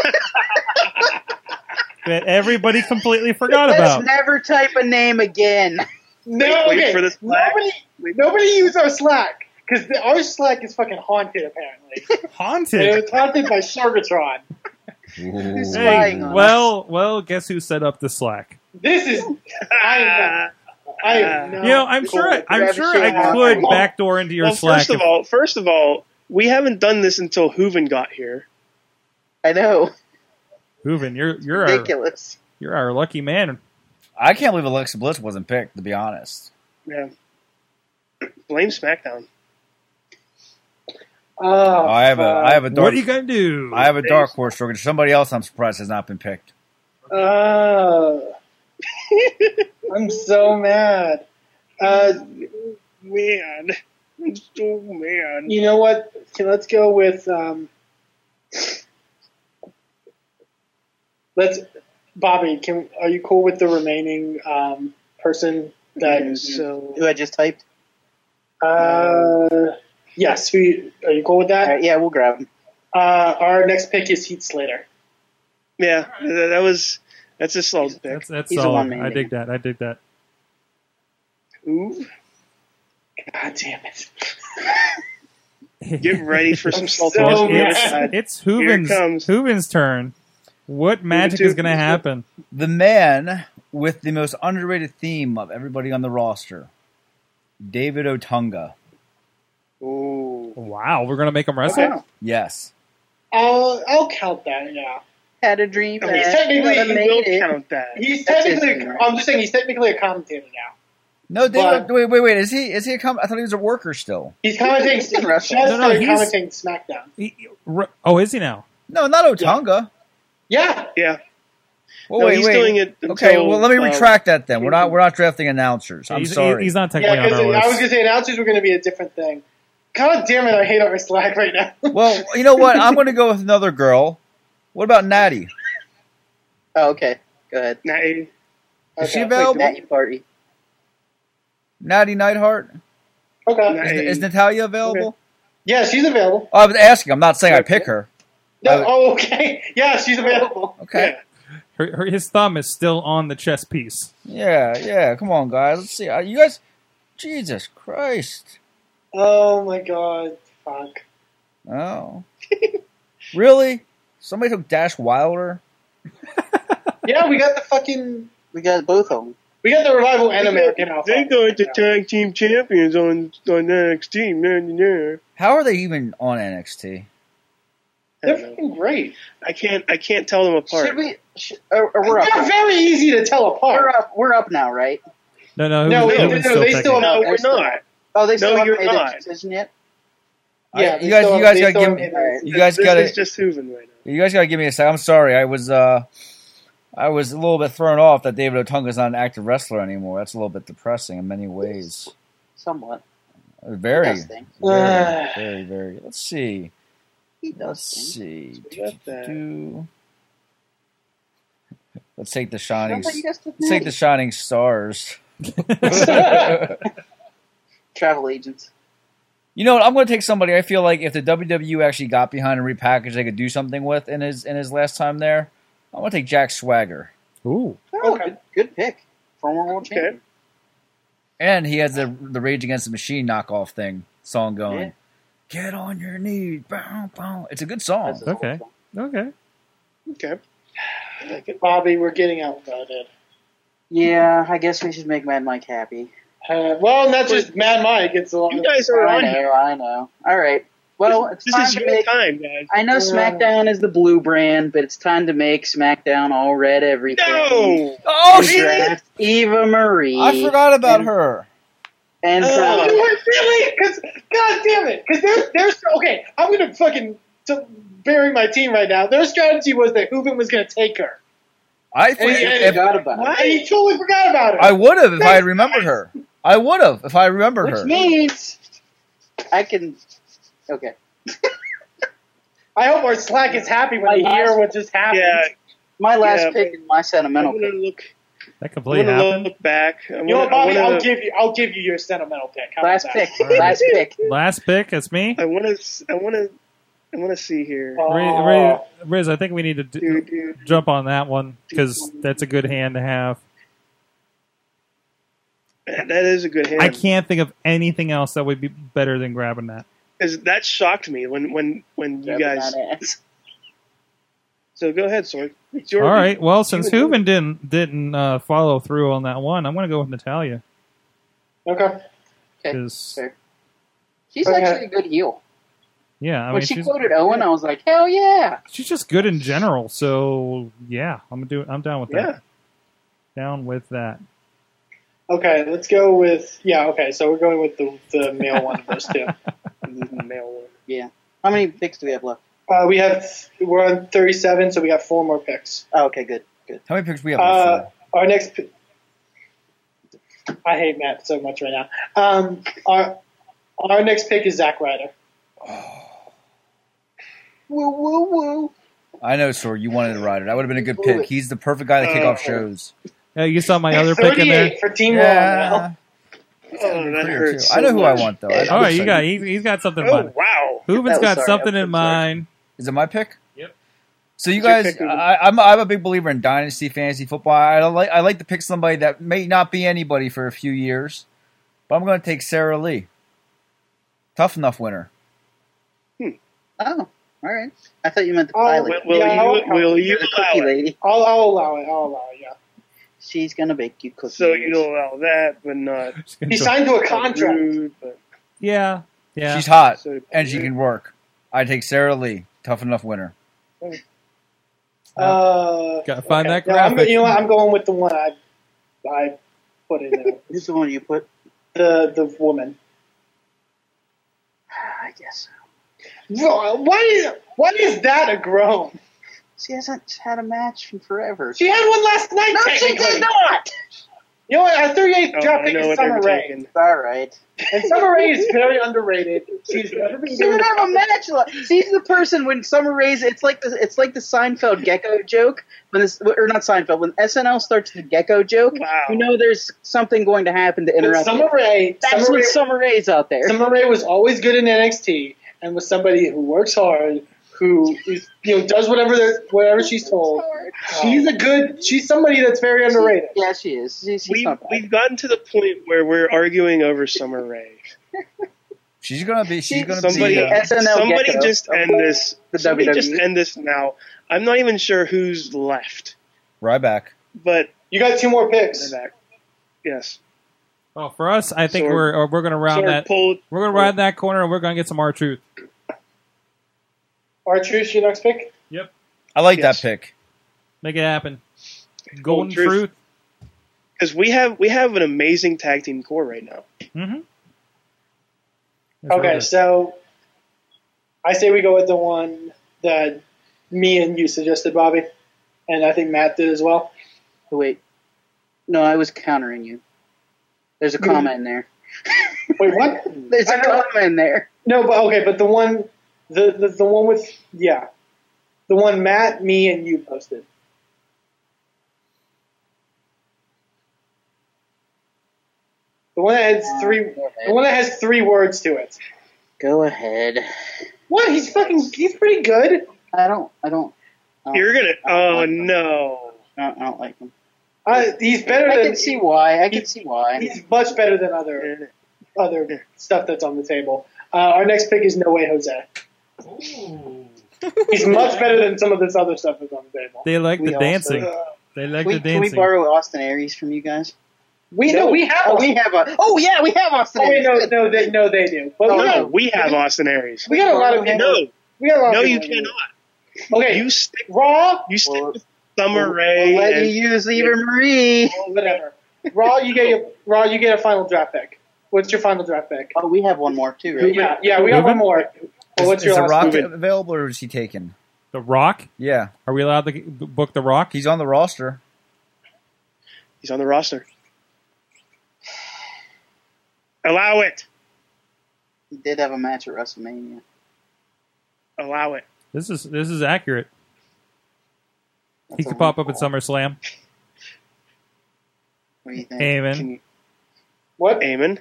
that everybody completely forgot
Let's
about.
never type a name again.
No,
Wait
okay.
for the Slack.
nobody, nobody use our Slack because our Slack is fucking haunted. Apparently,
Haunted.
it's haunted by Sorgatron.
Ooh.
Spying on us.
Well, well, guess who set up the Slack?
This is I am, I am not
you know, I'm
cool
sure, I,
with
I'm
gravity
sure I
shield.
could backdoor into your
Well,
Slack.
first of
if-
all, first of all, we haven't done this until Hooven got here.
I know.
Hooven, you're you're our,
Ridiculous.
you're our lucky man.
I can't believe Alexa Bliss wasn't picked, to be honest.
Yeah. Blame SmackDown.
Oh,
I have a
uh,
I have a
What
dark
are you gonna do?
I have a dark horse Jorgen. Somebody else I'm surprised has not been picked.
Oh. I'm so mad. Uh,
Man. I'm so mad.
you know what? Okay, Let's go with. Um, let's, Bobby. Can are you cool with the remaining um, person that? So,
Who I just typed?
uh, yes. We, are you cool with
All right,
that?
yeah, we'll grab him.
Uh, our next pick is Heat Slater.
Yeah, that, that was that's a solid pick.
That's that's
He's a
solid.
one-man
I dig
man.
that. I dig that.
Ooh,
God damn it!
get ready for some
I'm
salt.
so
on your
mad.
side.
It's
Here it
Hooven's
comes.
Hooven's turn. What magic
two,
is gonna
Hooven.
happen?
The man with the most underrated theme of everybody on the roster, David Otunga.
Ooh.
Wow, we're gonna make him wrestle.
Okay.
Yes.
I'll I'll count that. Yeah.
Had a dream.
I mean,
that
technically
I
You
made
will
it.
count that.
He's
That's his
technically.
thing, right?
I'm just saying he's technically a commentator now.
No, David.
But-
wait, wait, wait. Is he? Is he a com- I thought he was a worker still.
He's commenting.
He's in wrestling.
Chad
No, no,
started
he's-
commenting SmackDown.
He- r- oh, is he now?
No, not Otunga.
Yeah,
Yeah.
Well,
No,
wait,
he's
wait.
doing it
okay.
until,
Well, let me
uh,
retract that then. We're not. We're not drafting announcers. I'm
he's,
sorry.
He's not technically
yeah.
on
Because
our
I was
list.
gonna say announcers were gonna be a different thing. God damn it! I hate our Slack right now.
Well, you know what? I'm going to go with another girl. What about Natty?
Oh, okay. Go ahead.
Nah, eh,
Is she
Okay.
available?
Matt, you party.
Natty Neidhart?
Okay.
nah,
Is,
eh.
is Natalia available? Oh,
Yeah, she's available.
I was asking. I'm not saying I pick her.
No,
Uh,
oh, okay. Yeah, she's available.
Okay.
Her, her, his thumb is still on the chess piece.
Yeah, yeah. Come on, guys. Let's see. Uh, You guys. Jesus Christ.
Oh my god. Fuck.
Oh. really? Somebody took Dash Wilder.
Yeah, we got the fucking
We got both of them.
we got the revival and American Alpha.
They're going to tag team champions on on NXT. Man, yeah.
How are they even on NXT?
I
They're
don't know.
fucking great.
I can't I can't tell them apart.
Should we? Should, or, or we're
They're
up.
very easy to tell
We're
apart.
up. We're up now, right?
No, no, it
No,
was,
wait,
it was
no, no,
still
they
technical.
still
no,
they're
we're
still-
not.
Oh, they still
No,
haven't
you're
made
not.
that decision yet.
Yeah,
they
you guys-
still-
you guys
they
gotta
still
give
have
me-
it.
You guys
This
gotta-
is just Hooven right now.
You guys gotta give me a sec. I'm sorry. I was uh, I was a little bit thrown off that David Otunga's not an active wrestler anymore. That's a little bit depressing in many ways. Uh,
Somewhat.
Very,
Does things.
very, very, very. Let's see.
He does things.
Let's see.
We got that.
Do- Let's take the
I don't
shining.
think he does the
Let's take the
thing.
shining stars.
travel agents.
You know what? I'm going to take somebody. I feel like if the WWE actually got behind and repackaged, they could do something with in his in his last time there. I'm going to take Jack Swagger,
Ooh,
Oh,
Okay.
good, good pick. Former world
Okay.
champion.
and he has the the Rage Against the Machine knockoff thing song going.
Yeah.
Get on your knees, bow, bow. It's a good song.
That's his
Okay.
old
okay.
Okay. I like it.
Bobby, we're getting outvoted.
Yeah, I guess we should make Mad Mike happy.
Uh, well, not just Mad Mike. It's a lot.
You guys are
I
on here.
know, I know. All right. Well, it's
This
time
is
to
your
make.
time, guys.
I know SmackDown is the blue brand, but it's time to make SmackDown all red everything.
No.
Oh,
And draft Eva Marie.
I forgot about
and-
her.
And
Oh.
You
Charlotte.
were really? Because god damn it! Because they're they're so, okay. I'm gonna fucking to bury my team right now. Their strategy was that Hooven was gonna take her.
I think
And-
if,
forgot about her.
And he totally forgot about her.
I would have if I had remembered her. I would have if I remembered
Which
her.
means I can. Okay.
I hope our Slack is happy when they hear what just happened.
Yeah.
My last
Yeah,
pick and my
I'm
sentimental
gonna
pick.
look.
That
I'm
completely
gonna
happened.
look back. I'm
You know, what,
gonna,
Bobby,
I
I'll
wanna,
give you I'll give you your sentimental pick. How about
Last
that?
pick.
All right.
Last pick.
Last pick, it's me.
I wanna. I wanna. I wanna see here.
Oh.
Ri- Ri- Riz, I think we need to
Do,
do,
do,
jump on that one because that's a good hand to have.
That is a good hand.
I can't think of anything else that would be better than grabbing that.
'Cause that shocked me when when when you guys. So go ahead, Sorg. It's your
All right. Well, since
you would
Hooven didn't didn't uh, follow through on that one, I'm going to go with Natalia
Okay.
Okay.
because
Fair. She's
Okay.
actually a good heel.
yeah, I
when
mean
she
she's
quoted Owen, I was like, hell yeah.
she's just good in general. So yeah, I'm do I'm down with
Yeah.
that. Down with that.
Okay, let's go with yeah, okay, so we're going with the, the male one first too.
Male one.
Yeah. How many picks do we have left?
Uh, we have we're on thirty seven, so we got four more picks.
Oh, okay, good. Good.
How many picks we have?
Uh, our next p- I hate Matt so much right now. Um, our our next pick is Zack Ryder.
Woo, woo, woo.
I know, Sor. You wanted to ride it. That would have been a good
Blew
pick.
it.
He's the perfect guy to kick off
Oh.
shows.
Yeah, Uh, you saw my other pick in there.
38 for Team Raw now.
Yeah.
Oh, that
Prettier,
hurts.
too. I know
so
who I
much.
want though. I-
All
I'm
right, you
excited.
got he, he's got something in
Oh
mind.
wow.
Hooven's
That was
got
sorry,
something
I'm
in
so sorry.
mind.
Is it my pick?
Yep.
So you
It's your
guys,
pick, Ruben.
I, I'm I'm a big believer in dynasty fantasy football. I don't like I like to pick somebody that may not be anybody for a few years, but I'm going to take Sarah Lee. Tough enough winner.
Oh, all right. I thought you meant the
Oh,
pilot.
Will, will
Yeah,
you
I'll-
You're
will you
the
allow
cookie
it?
lady.
I'll, I'll allow it. I'll allow it. Yeah.
She's gonna bake you cookies.
So you don't allow that, but not
Just gonna
He
go-
signed to a contract.
rude. But
Yeah, yeah.
She's hot
so
and she can work. I take Sarah Lee. Tough enough winner.
Uh,
Gotta find that
No, I'm,
graphic.
you know what? I'm going with the one I I put in there.
Who's the one you put?
the the woman.
ah, I guess.
Why is why is that a groan?
She hasn't had a match in forever.
She had one last night.
no, she
technically.
did not.
You know what? Our 38th
Oh,
draft
I
pick
know
is
what they're
Summer Rae,
taking.
All right.
and Summer Rae is very underrated. She's never been
She
given.
didn't have a match. Like, she's the person when Summer Rae's. It's like the it's like the Seinfeld gecko joke when this or not Seinfeld when SNL starts the gecko joke.
Wow.
You know there's something going to happen to
But
interrupt.
Summer Rae,
That's
Summer
when
Rae,
Summer Rae's out there.
Summer Rae was always good in NXT and was somebody who works hard, who is you know does whatever the- whatever she's told. She's a good. She's somebody that's very underrated.
Yeah, she is. She, she's
We've,
not bad.
we've gotten to the point where we're arguing over Summer Rae.
She's gonna be. She's gonna
Somebody,
be.
the SNL
somebody
gecko
just
of
end this.
the
somebody
WWE.
just end this now. I'm not even sure who's left,
Ryback.
but
You got two more picks.
they're back. Yes.
Well, for us, I think
Sorry.
we're uh, we're gonna round
Sorry,
that.
pull-
We're gonna round that corner, and we're gonna get some R truth.
Our truth, your next pick.
I like
Yes.
that pick.
Make it happen. Golden
Truth.
truth.
because we have we have an amazing tag team core right now.
Mm-hmm.
okay, so I say we go with the one that me and you suggested, Bobby, and I think Matt did as well.
Oh, wait. No, I was countering you. There's a comma in there.
Wait, what?
There's a
I know-
comma in there.
No, but okay, but the one, the, the the one with yeah, the one Matt, me, and you posted. The one that has
Uh,
three. The one that has three words to it.
Go ahead.
What? He's fucking. He's pretty good.
I don't. I don't. I don't,
You're gonna
I
oh
don't like them.
no.
I don't, I don't like them.
Uh, he's better
I
than.
can see why. I can see why.
He's much better than other other stuff that's on the table. Uh, our next pick is No Way Jose. He's much better than some of this other stuff that's on the table.
They like
We
the
also-
dancing.
Uh,
They like the
We, can we
dancing.
borrow Austin Aries from you guys?
we know we have.
Oh,
Austin-
we have a. Oh yeah, we have Austin
Oh, wait,
Aries.
no, no, they, no, they do. But
Oh,
we,
No,
got,
we have Austin Aries.
we got a lot of people.
No,
we got a lot
no,
of
you
people in
cannot.
there. Okay,
You stick.
Raw,
You stick
Well,
with Summer Rae
We'll let
and-
you use Eva Marie.
or whatever. Raw, you get your, Raw, you get a final draft pick. What's your final draft pick?
Oh, we have one more too, right?
Yeah, yeah, we got one more. Well, what's
is
your
the
last
Rock
movie?
available or is he taken?
The Rock.
Yeah,
Are we allowed to g- b- book The Rock?
he's on the roster.
he's on the roster. Allow it.
He did have a match at WrestleMania.
Allow it.
This is this is accurate.
That's
He
a
could pop up
wonderful-
at SummerSlam.
What do you think?
Amen.
Can-
What?
Eamon.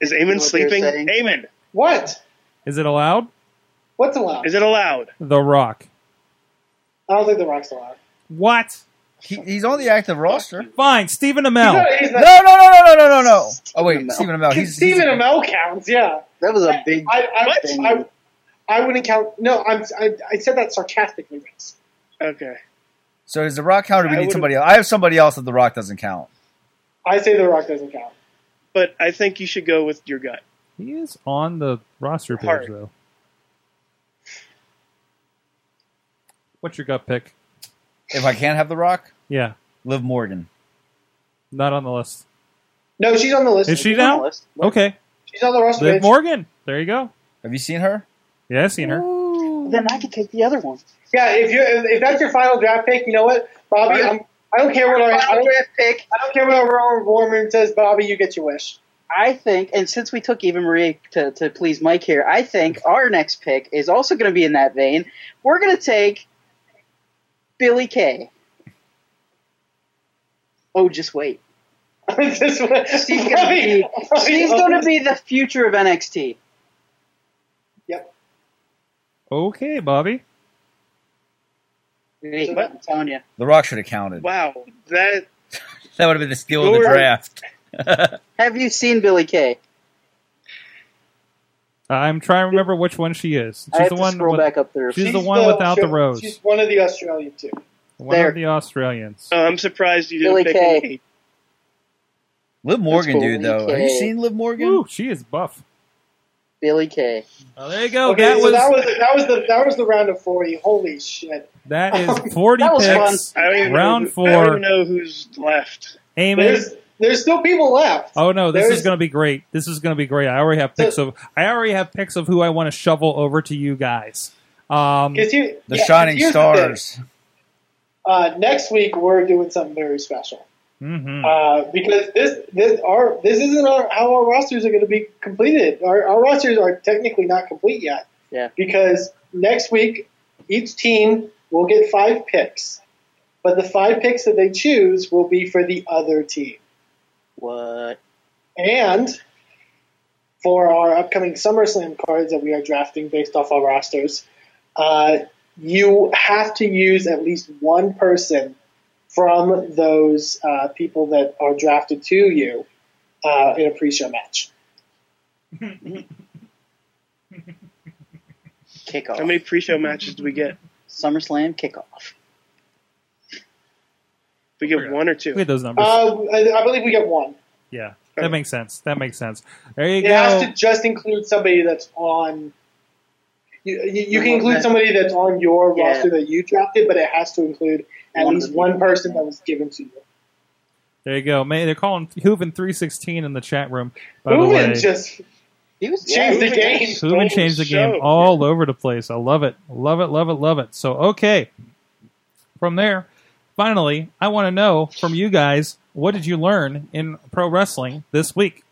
Is
know
Eamon
what
sleeping?
they're saying?
Eamon.
What?
Is it allowed?
What's allowed?
Is it allowed?
The Rock.
I don't think The Rock's allowed.
What?
He, he's on the active roster.
Fine. Stephen
He's
Amell.
not- he's
No,
not-
no, no, no, no, no, no, no. Oh wait,
Amell.
Stephen Amell. He's,
Stephen
he's-
Amell counts, yeah.
That was a big.
I, I,
thing.
I, I wouldn't count. No, I'm, I, I said that sarcastically. Vince.
Okay.
So is the Rock count? Or we
I
need
would've-
somebody. Else? I have somebody else that the Rock doesn't count.
I say The Rock doesn't count.
But I think you should go with your gut.
He is on the roster page
Hard.
though. What's your gut pick?
If I can't have the Rock,
Yeah,
Liv Morgan.
not on the list.
No, she's on the list.
Is she
on the
now?
list.
Okay,
She's on the roster.
Liv
bitch.
Morgan. There you go.
Have you seen her?
Yeah, I seen her.
Then I could take the other one.
Yeah, if you if that's your final draft pick, you know what, Bobby, I'm, I don't care what our I
Final
don't,
draft pick.
I don't care what our Roman Warman says, Bobby, you get your wish.
I think, and since we took Eva Marie to, to please Mike here, I think our next pick is also going to be in that vein. We're going to take Billy Kay. Oh, just wait.
This one-
She's going to be,
Bobby-
she's going to be the future of NXT.
Yep.
Okay, Bobby.
Wait,
What?
I'm telling you.
The Rock should have counted.
Wow. That
That would have been the steal of the
You're-
draft.
Have you seen Billy Kay?
I'm trying to remember which one she is. She's
I have
the
to
one.
scroll
with-
back up there.
she's the one without the rose.
She's one of the Australian two.
one
there.
of the Australians.
oh, I'm surprised you didn't
Billy
pick
Kay.
any.
Liv Morgan,
cool.
dude. Though, have you
Okay.
seen Liv Morgan?
Woo, she is buff.
Billy Kay.
Oh, there you go.
okay,
that,
so
was,
that was that was the that was the round of forty. Holy shit!
that is 40
That was
picks.
I don't even
Round
know, who- I
four.
don't even know who's left.
Amen.
There's there's still people left.
Oh no, this
There's-
is going to be great. This is going to be great. I already have picks of I already have picks of who I want to shovel over to you guys. Um,
'Cause he-
The
yeah, 'cause
Shining
here's the thing.
Stars.
Uh, next week we're doing something very special.
mhm.
Uh, because this this our this isn't our, how our rosters are going to be completed. Our, our rosters are technically not complete yet.
Yeah.
Because next week, each team will get five picks, but the five picks that they choose will be for the other team.
What?
And for our upcoming SummerSlam cards that we are drafting based off our rosters, uh, you have to use at least one person from those uh, people that are drafted to you uh, in a pre-show match.
Kickoff.
How many pre-show matches do we get?
SummerSlam kickoff.
We get one or two.
We had those numbers.
Uh, I, I believe we get one.
yeah, that makes sense. That makes sense. There you
It has to
go.
just include somebody that's on. You, you, you can
Well,
include
that-
somebody that's on your
Yeah.
roster that you drafted, but it has to include at
One of
least
the
one
people.
person that was given to you.
There you go. May they're calling Hooven three sixteen in the chat room. By the way,
Hooven just
He was yeah, he
changed the
was-
game.
Hooven changed the game all over the place. I love it. Love it. Love it. Love it. So okay, from there, finally, I want to know from you guys what did you learn in pro wrestling this week?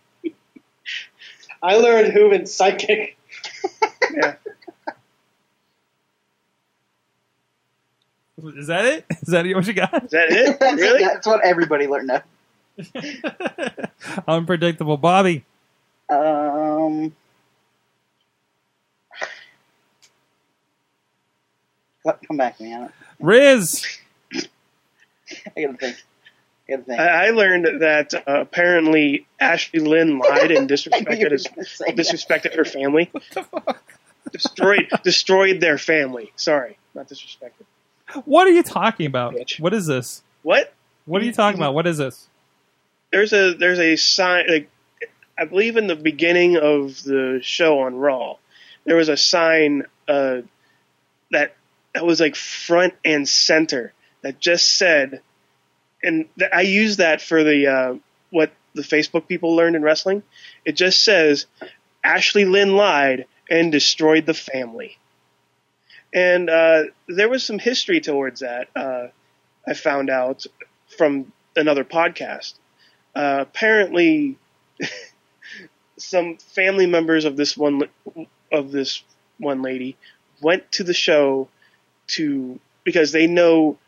I learned Hooven's psychic.
Is that it? Is that what you got?
Is that it?
That's,
really?
that's what everybody learned. No.
Unpredictable, Bobby.
Um, Come- oh, come back, man.
Riz.
I gotta think. I gotta
Uh,
think.
I I learned that uh, apparently Ashley Lynn lied and
I knew you were
disrespected his,
gonna say that.
disrespected her family. Destroyed destroyed their family. Sorry, not disrespected.
What are you talking about?
Bitch.
What is this?
What?
What are you talking about? What is this?
There's a there's a sign. Like, I believe in the beginning of the show on Raw, there was a sign uh, that that was like front and center that just said, and th- I used that for the uh, what the Facebook people learned in wrestling. It just says Ashley Lynn lied and destroyed the family, and uh, there was some history towards that. Uh, I found out from another podcast. Uh, apparently, some family members of this one of this one lady went to the show to because they know,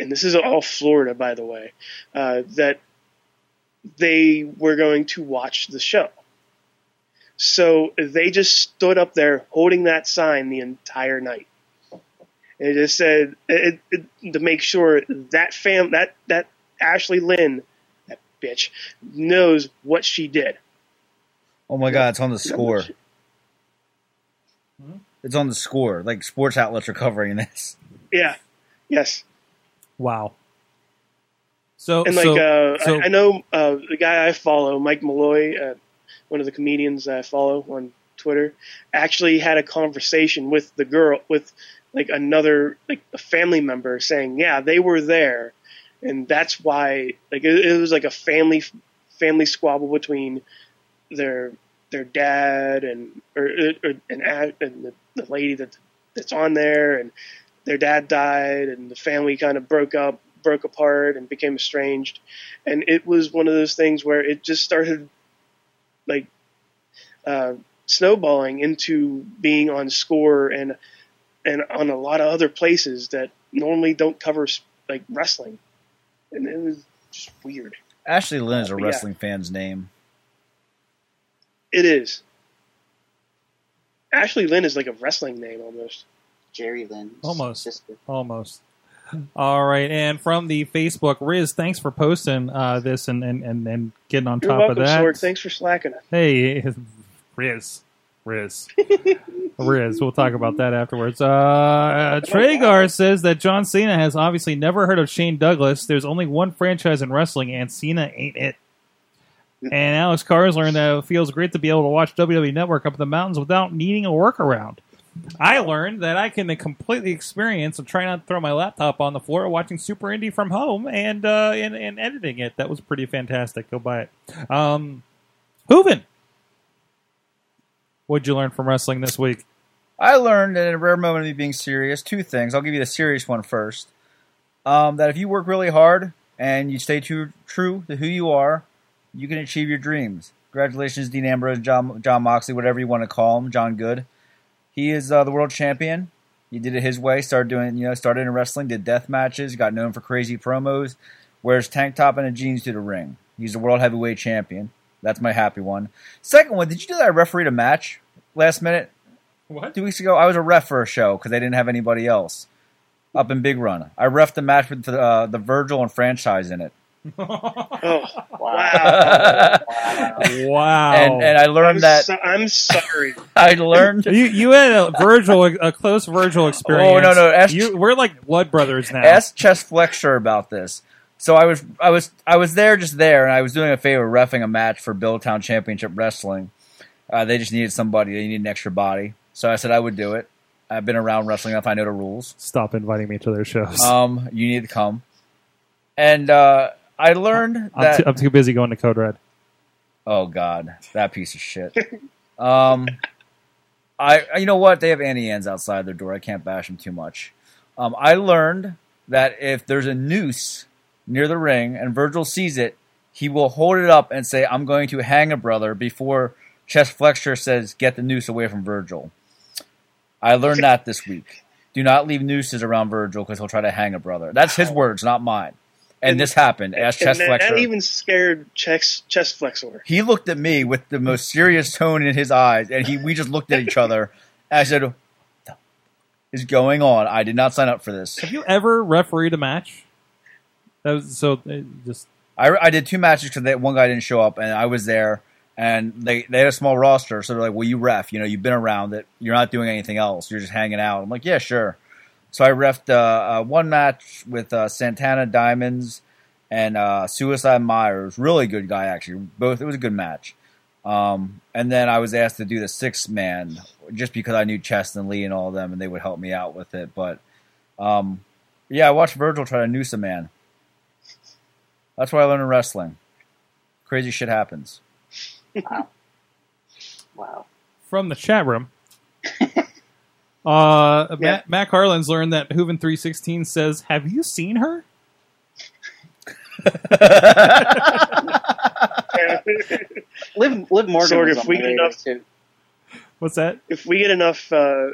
and this is all Florida, by the way, uh, that they were going to watch the show. So they just stood up there holding that sign the entire night. And it just said it, it, to make sure that fam that that Ashley Lynn, that bitch, knows what she did.
Oh my god, it's on the score. It's on the score. Like sports outlets are covering this.
Yeah. Yes.
Wow. So
and like
so,
uh,
so
I, I know uh, the guy I follow, Mike Malloy, uh, one of the comedians I follow on Twitter, actually had a conversation with the girl with like another like a family member saying, yeah, they were there, and that's why like it, it was like a family family squabble between their their dad and or, or and, a- and the, the lady that that's on there and their dad died and the family kind of broke up broke apart and became estranged and it was one of those things where it just started like uh, snowballing into being on score and and on a lot of other places that normally don't cover like wrestling and it was just weird
Ashley Lynn is a
Oh, yeah.
wrestling fan's name.
it is Ashley Lynn is like a wrestling name almost.
Jerry Lynn.
Almost.
Sister.
Almost. All right, and from the Facebook, Riz, thanks for posting uh, this and, and, and, and getting on
You're
top
welcome,
of that.
Sorg. Thanks for slacking.
Hey, Riz, Riz, Riz. We'll talk about that afterwards. Uh, Tragar says that John Cena has obviously never heard of Shane Douglas. There's only one franchise in wrestling, and Cena ain't it. And Alex Cars learned that it feels great to be able to watch WWE Network up in the mountains without needing a workaround. I learned that I can completely experience and try not to throw my laptop on the floor watching Super Indie from home and uh, and, and editing it. That was pretty fantastic. Go buy it. Um, Hooven, what'd you learn from wrestling this week?
I learned in a rare moment of me being serious two things. I'll give you the serious one first. Um, that if you work really hard and you stay true, true to who you are, you can achieve your dreams. Congratulations, Dean Ambrose, John, John Moxley, whatever you want to call him, John Good. He is uh, the world champion. He did it his way. Started doing, you know, started in wrestling, did death matches, got known for crazy promos, wears tank top and a jeans to the ring. He's the world heavyweight champion. That's my happy one. Second one, did you do that? I refereed a match last minute
What?
two weeks ago, I was a ref for a show because they didn't have anybody else up in Big Run. I refed the match with the, uh, the Virgil and franchise in it.
Oh, wow.
Wow.
and and I
I'm,
learned that
so- I'm sorry.
I learned
you you had a Virgil a close Virgil experience.
Oh, no, no, ask-
you, we're like blood brothers now.
asked Chess Flexure about this. So I was I was I was there just there, and I was doing a favor, refing a match for Billtown Championship Wrestling. Uh, they just needed somebody. They needed an extra body. So I said I would do it. I've been around wrestling enough. I know the rules.
Stop inviting me to their shows.
Um, you need to come. And uh, I learned
I'm,
that.
too, I'm too busy going to Code Red.
oh God, that piece of shit. um, I you know what? They have Annie Ann's outside their door. I can't bash them too much. Um, I learned that if there's a noose near the ring and Virgil sees it, he will hold it up and say, "I'm going to hang a brother." Before Chess Flexure says, "Get the noose away from Virgil." I learned that this week. Do not leave nooses around Virgil because he'll try to hang a brother. That's his words, not mine. And, this happened. Ask
And
Chess
that,
Flexure.
that even scared chest chest flexor.
He looked at me with the most serious tone in his eyes, and he we just looked at each other. And I said, "What the f- "Is going on? I did not sign up for this.
Have you ever refereed a match? That was so uh, just
I, I did two matches because that one guy didn't show up, and I was there. And they they had a small roster, so they're like, "Well, you ref. You know, you've been around it. You're not doing anything else. You're just hanging out." I'm like, "Yeah, sure." So I refed uh, uh, one match with uh, Santana Diamonds and uh, Suicide Myers. Really good guy, actually. Both it was a good match. Um, and then I was asked to do the six man just because I knew Cheston Lee and all of them, and they would help me out with it. But um, yeah, I watched Virgil try to noose a man. That's why I learned in wrestling. Crazy shit happens.
Wow.
from the chat room. uh, Ma-
Yeah.
Matt, Harlan's learned that Hooven three sixteen says, "Have you seen her?"
Liv, Liv Morgan
Sorg,
was
if
on
we
my
get
radar,
enough-
too.
What's that?
if we get enough, uh,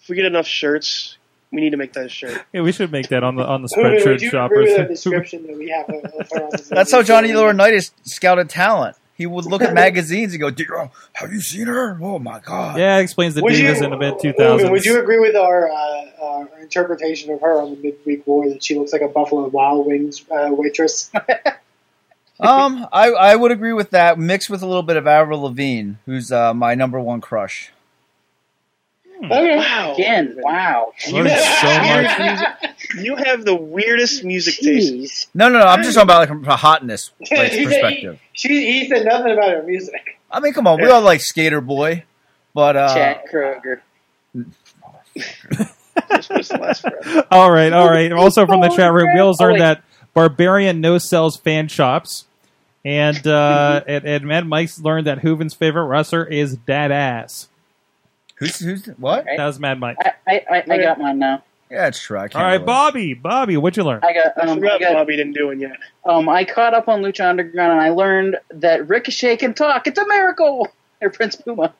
if we get enough shirts, we need to make that shirt.
Yeah, we should make that on the on the
Ruben, would
spreadsheet
you agree with the
shoppers.
description that we have of- of her on this
That's how
movie?
Johnny Laurinaitis scouted talent. He would look at magazines and go, "Dude, oh, "Have you seen her? Oh my god!"
yeah, it explains the
Would you-
divas in the mid two
Ruben, Would you
thousands.
agree with our, uh, our interpretation of her on the midweek war that she looks like a Buffalo Wild Wings uh, waitress?
Um, I, I would agree with that, mixed with a little bit of Avril Lavigne, who's uh, my number one crush.
Okay.
Oh,
Again, wow.
Learning so much.
You have the weirdest music taste.
Jeez.
No, no, no. I'm just talking about like from a hotness like,
He said-
perspective.
She, he said nothing about her music.
I mean, come on, we all like Skater Boy, but uh,
Chad Kroger.
It's supposed to last forever.
All right, all right. Also from the
Oh,
chat room, we all learned that Barbarian no sells fan shops, and uh, and, and Mad Mike's learned that Hooven's favorite wrestler is Dad Ass.
who's who's what?
That was Mad Mike.
I, I, I, I got mine now.
Yeah, it's true. I can't
All right,
really-
Bobby, Bobby, what'd you learn?
I got
I
um, I
forgot
got
Bobby didn't do it yet.
um, I caught up on Lucha Underground and I learned that Ricochet can talk. It's a miracle. Or Prince Puma.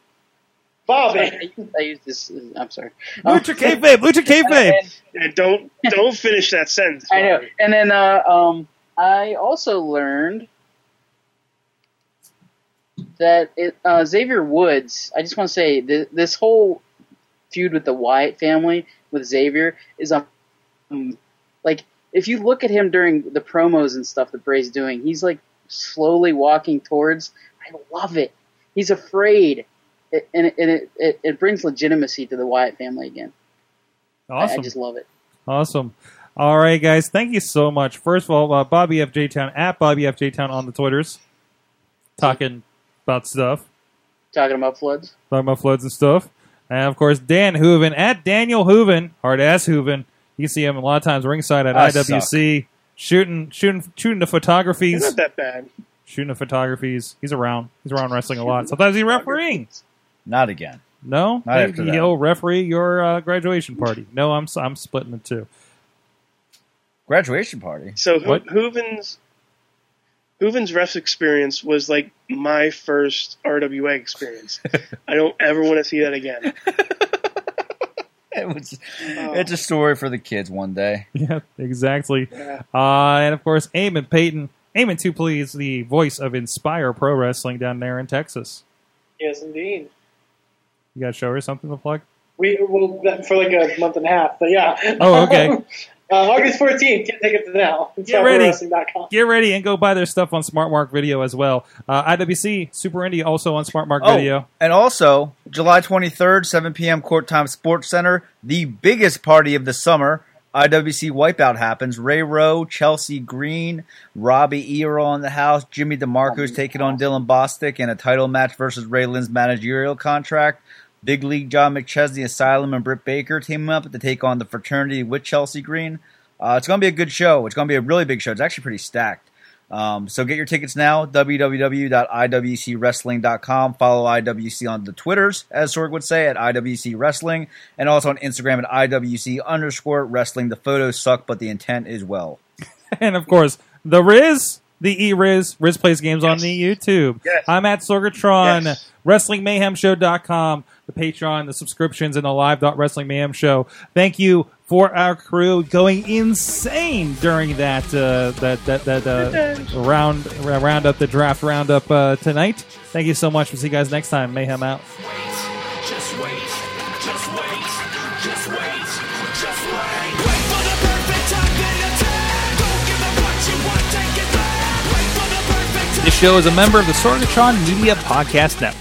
Bobby.
I, I used this. I'm sorry. Um,
Lucha kayfabe, Lucha kayfabe.
and-
Yeah, don't don't finish that sentence.
I know.
Bobby.
And then uh, um, I also learned that it, uh, Xavier Woods. I just want to say th- this whole feud with the Wyatt family with Xavier is um, um, like if you look at him during the promos and stuff that Bray's doing, he's like slowly walking towards. I love it. He's afraid. It, and it, and it, it, it brings legitimacy to the Wyatt family again. I- I
Awesome.
just love it.
Awesome. All right, guys. Thank you so much. First of all, uh, Bobby FJ Town at Bobby FJ Town on the Twitters, talking about stuff,
Talking about floods.
talking about floods and stuff, and of course Dan Hooven at Daniel Hooven, hard ass Hooven. You can see him a lot of times ringside at
I
IWC, shooting, shooting, shooting the
He's
photographies,
not that bad.
shooting the photographies. He's around. He's around wrestling a lot. Sometimes he refereeing.
Not again.
No,
Not after that.
he'll referee your uh, graduation party. No, I'm s- I'm splitting the two.
Graduation party.
So Ho-
What?
Hooven's Hooven's refs experience was like my first RWA experience. I don't ever want to see that again.
It was. It's a story for the kids one day.
Yeah, exactly. Uh, and of course, Eamon Payton. Eamon, too, please, the voice of Inspire Pro Wrestling down there in Texas.
Yes, indeed.
You got to show her something to plug?
We well that- for like a month and a half, but yeah.
Oh, okay.
Uh, August 14th, get tickets now. It's
Get
on
ready.
wrestling.com.
Get ready and go buy their stuff on Smart Mark Video as well. Uh, IWC Super Indie also on Smart Mark
Oh,
Video.
and also July 23rd, 7 p.m. Court Time Sports Center, the biggest party of the summer. IWC Wipeout happens. Ray Rowe, Chelsea Green, Robbie Earl on the house. Jimmy DeMarco's taking on Dylan Bostic in a title match versus Ray Lynn's managerial contract. Big League John McChesney, Asylum, and Britt Baker teaming up to take on the fraternity with Chelsea Green. Uh, it's going to be a good show. It's going to be a really big show. It's actually pretty stacked. Um, so get your tickets now, www.iwcwrestling.com. Follow IWC on the Twitters, as Sorg would say, at IWC Wrestling, and also on Instagram at IWC underscore wrestling. The photos suck, but the intent is well.
And of course, the Riz, the E Riz. Riz plays games on the YouTube.
Yes.
I'm at Sorgatron,
Yes.
WrestlingMayhemShow.com, the Patreon, the subscriptions, and the live Wrestling Mayhem Show. Thank you for our crew going insane during that uh, that that, that uh, round roundup, the draft roundup uh, tonight. Thank you so much. We'll see you guys next time. Mayhem out.
Just wait, just wait, just wait, just wait. Wait for the perfect time and attack. Don't give up what you want, take it back. Wait for the perfect time.
This show is a member of the Sorgatron Media Podcast Network.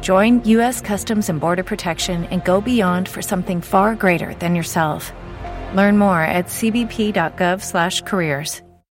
Join U.S. Customs and Border Protection and go beyond for something far greater than yourself. Learn more at cbp.gov/careers.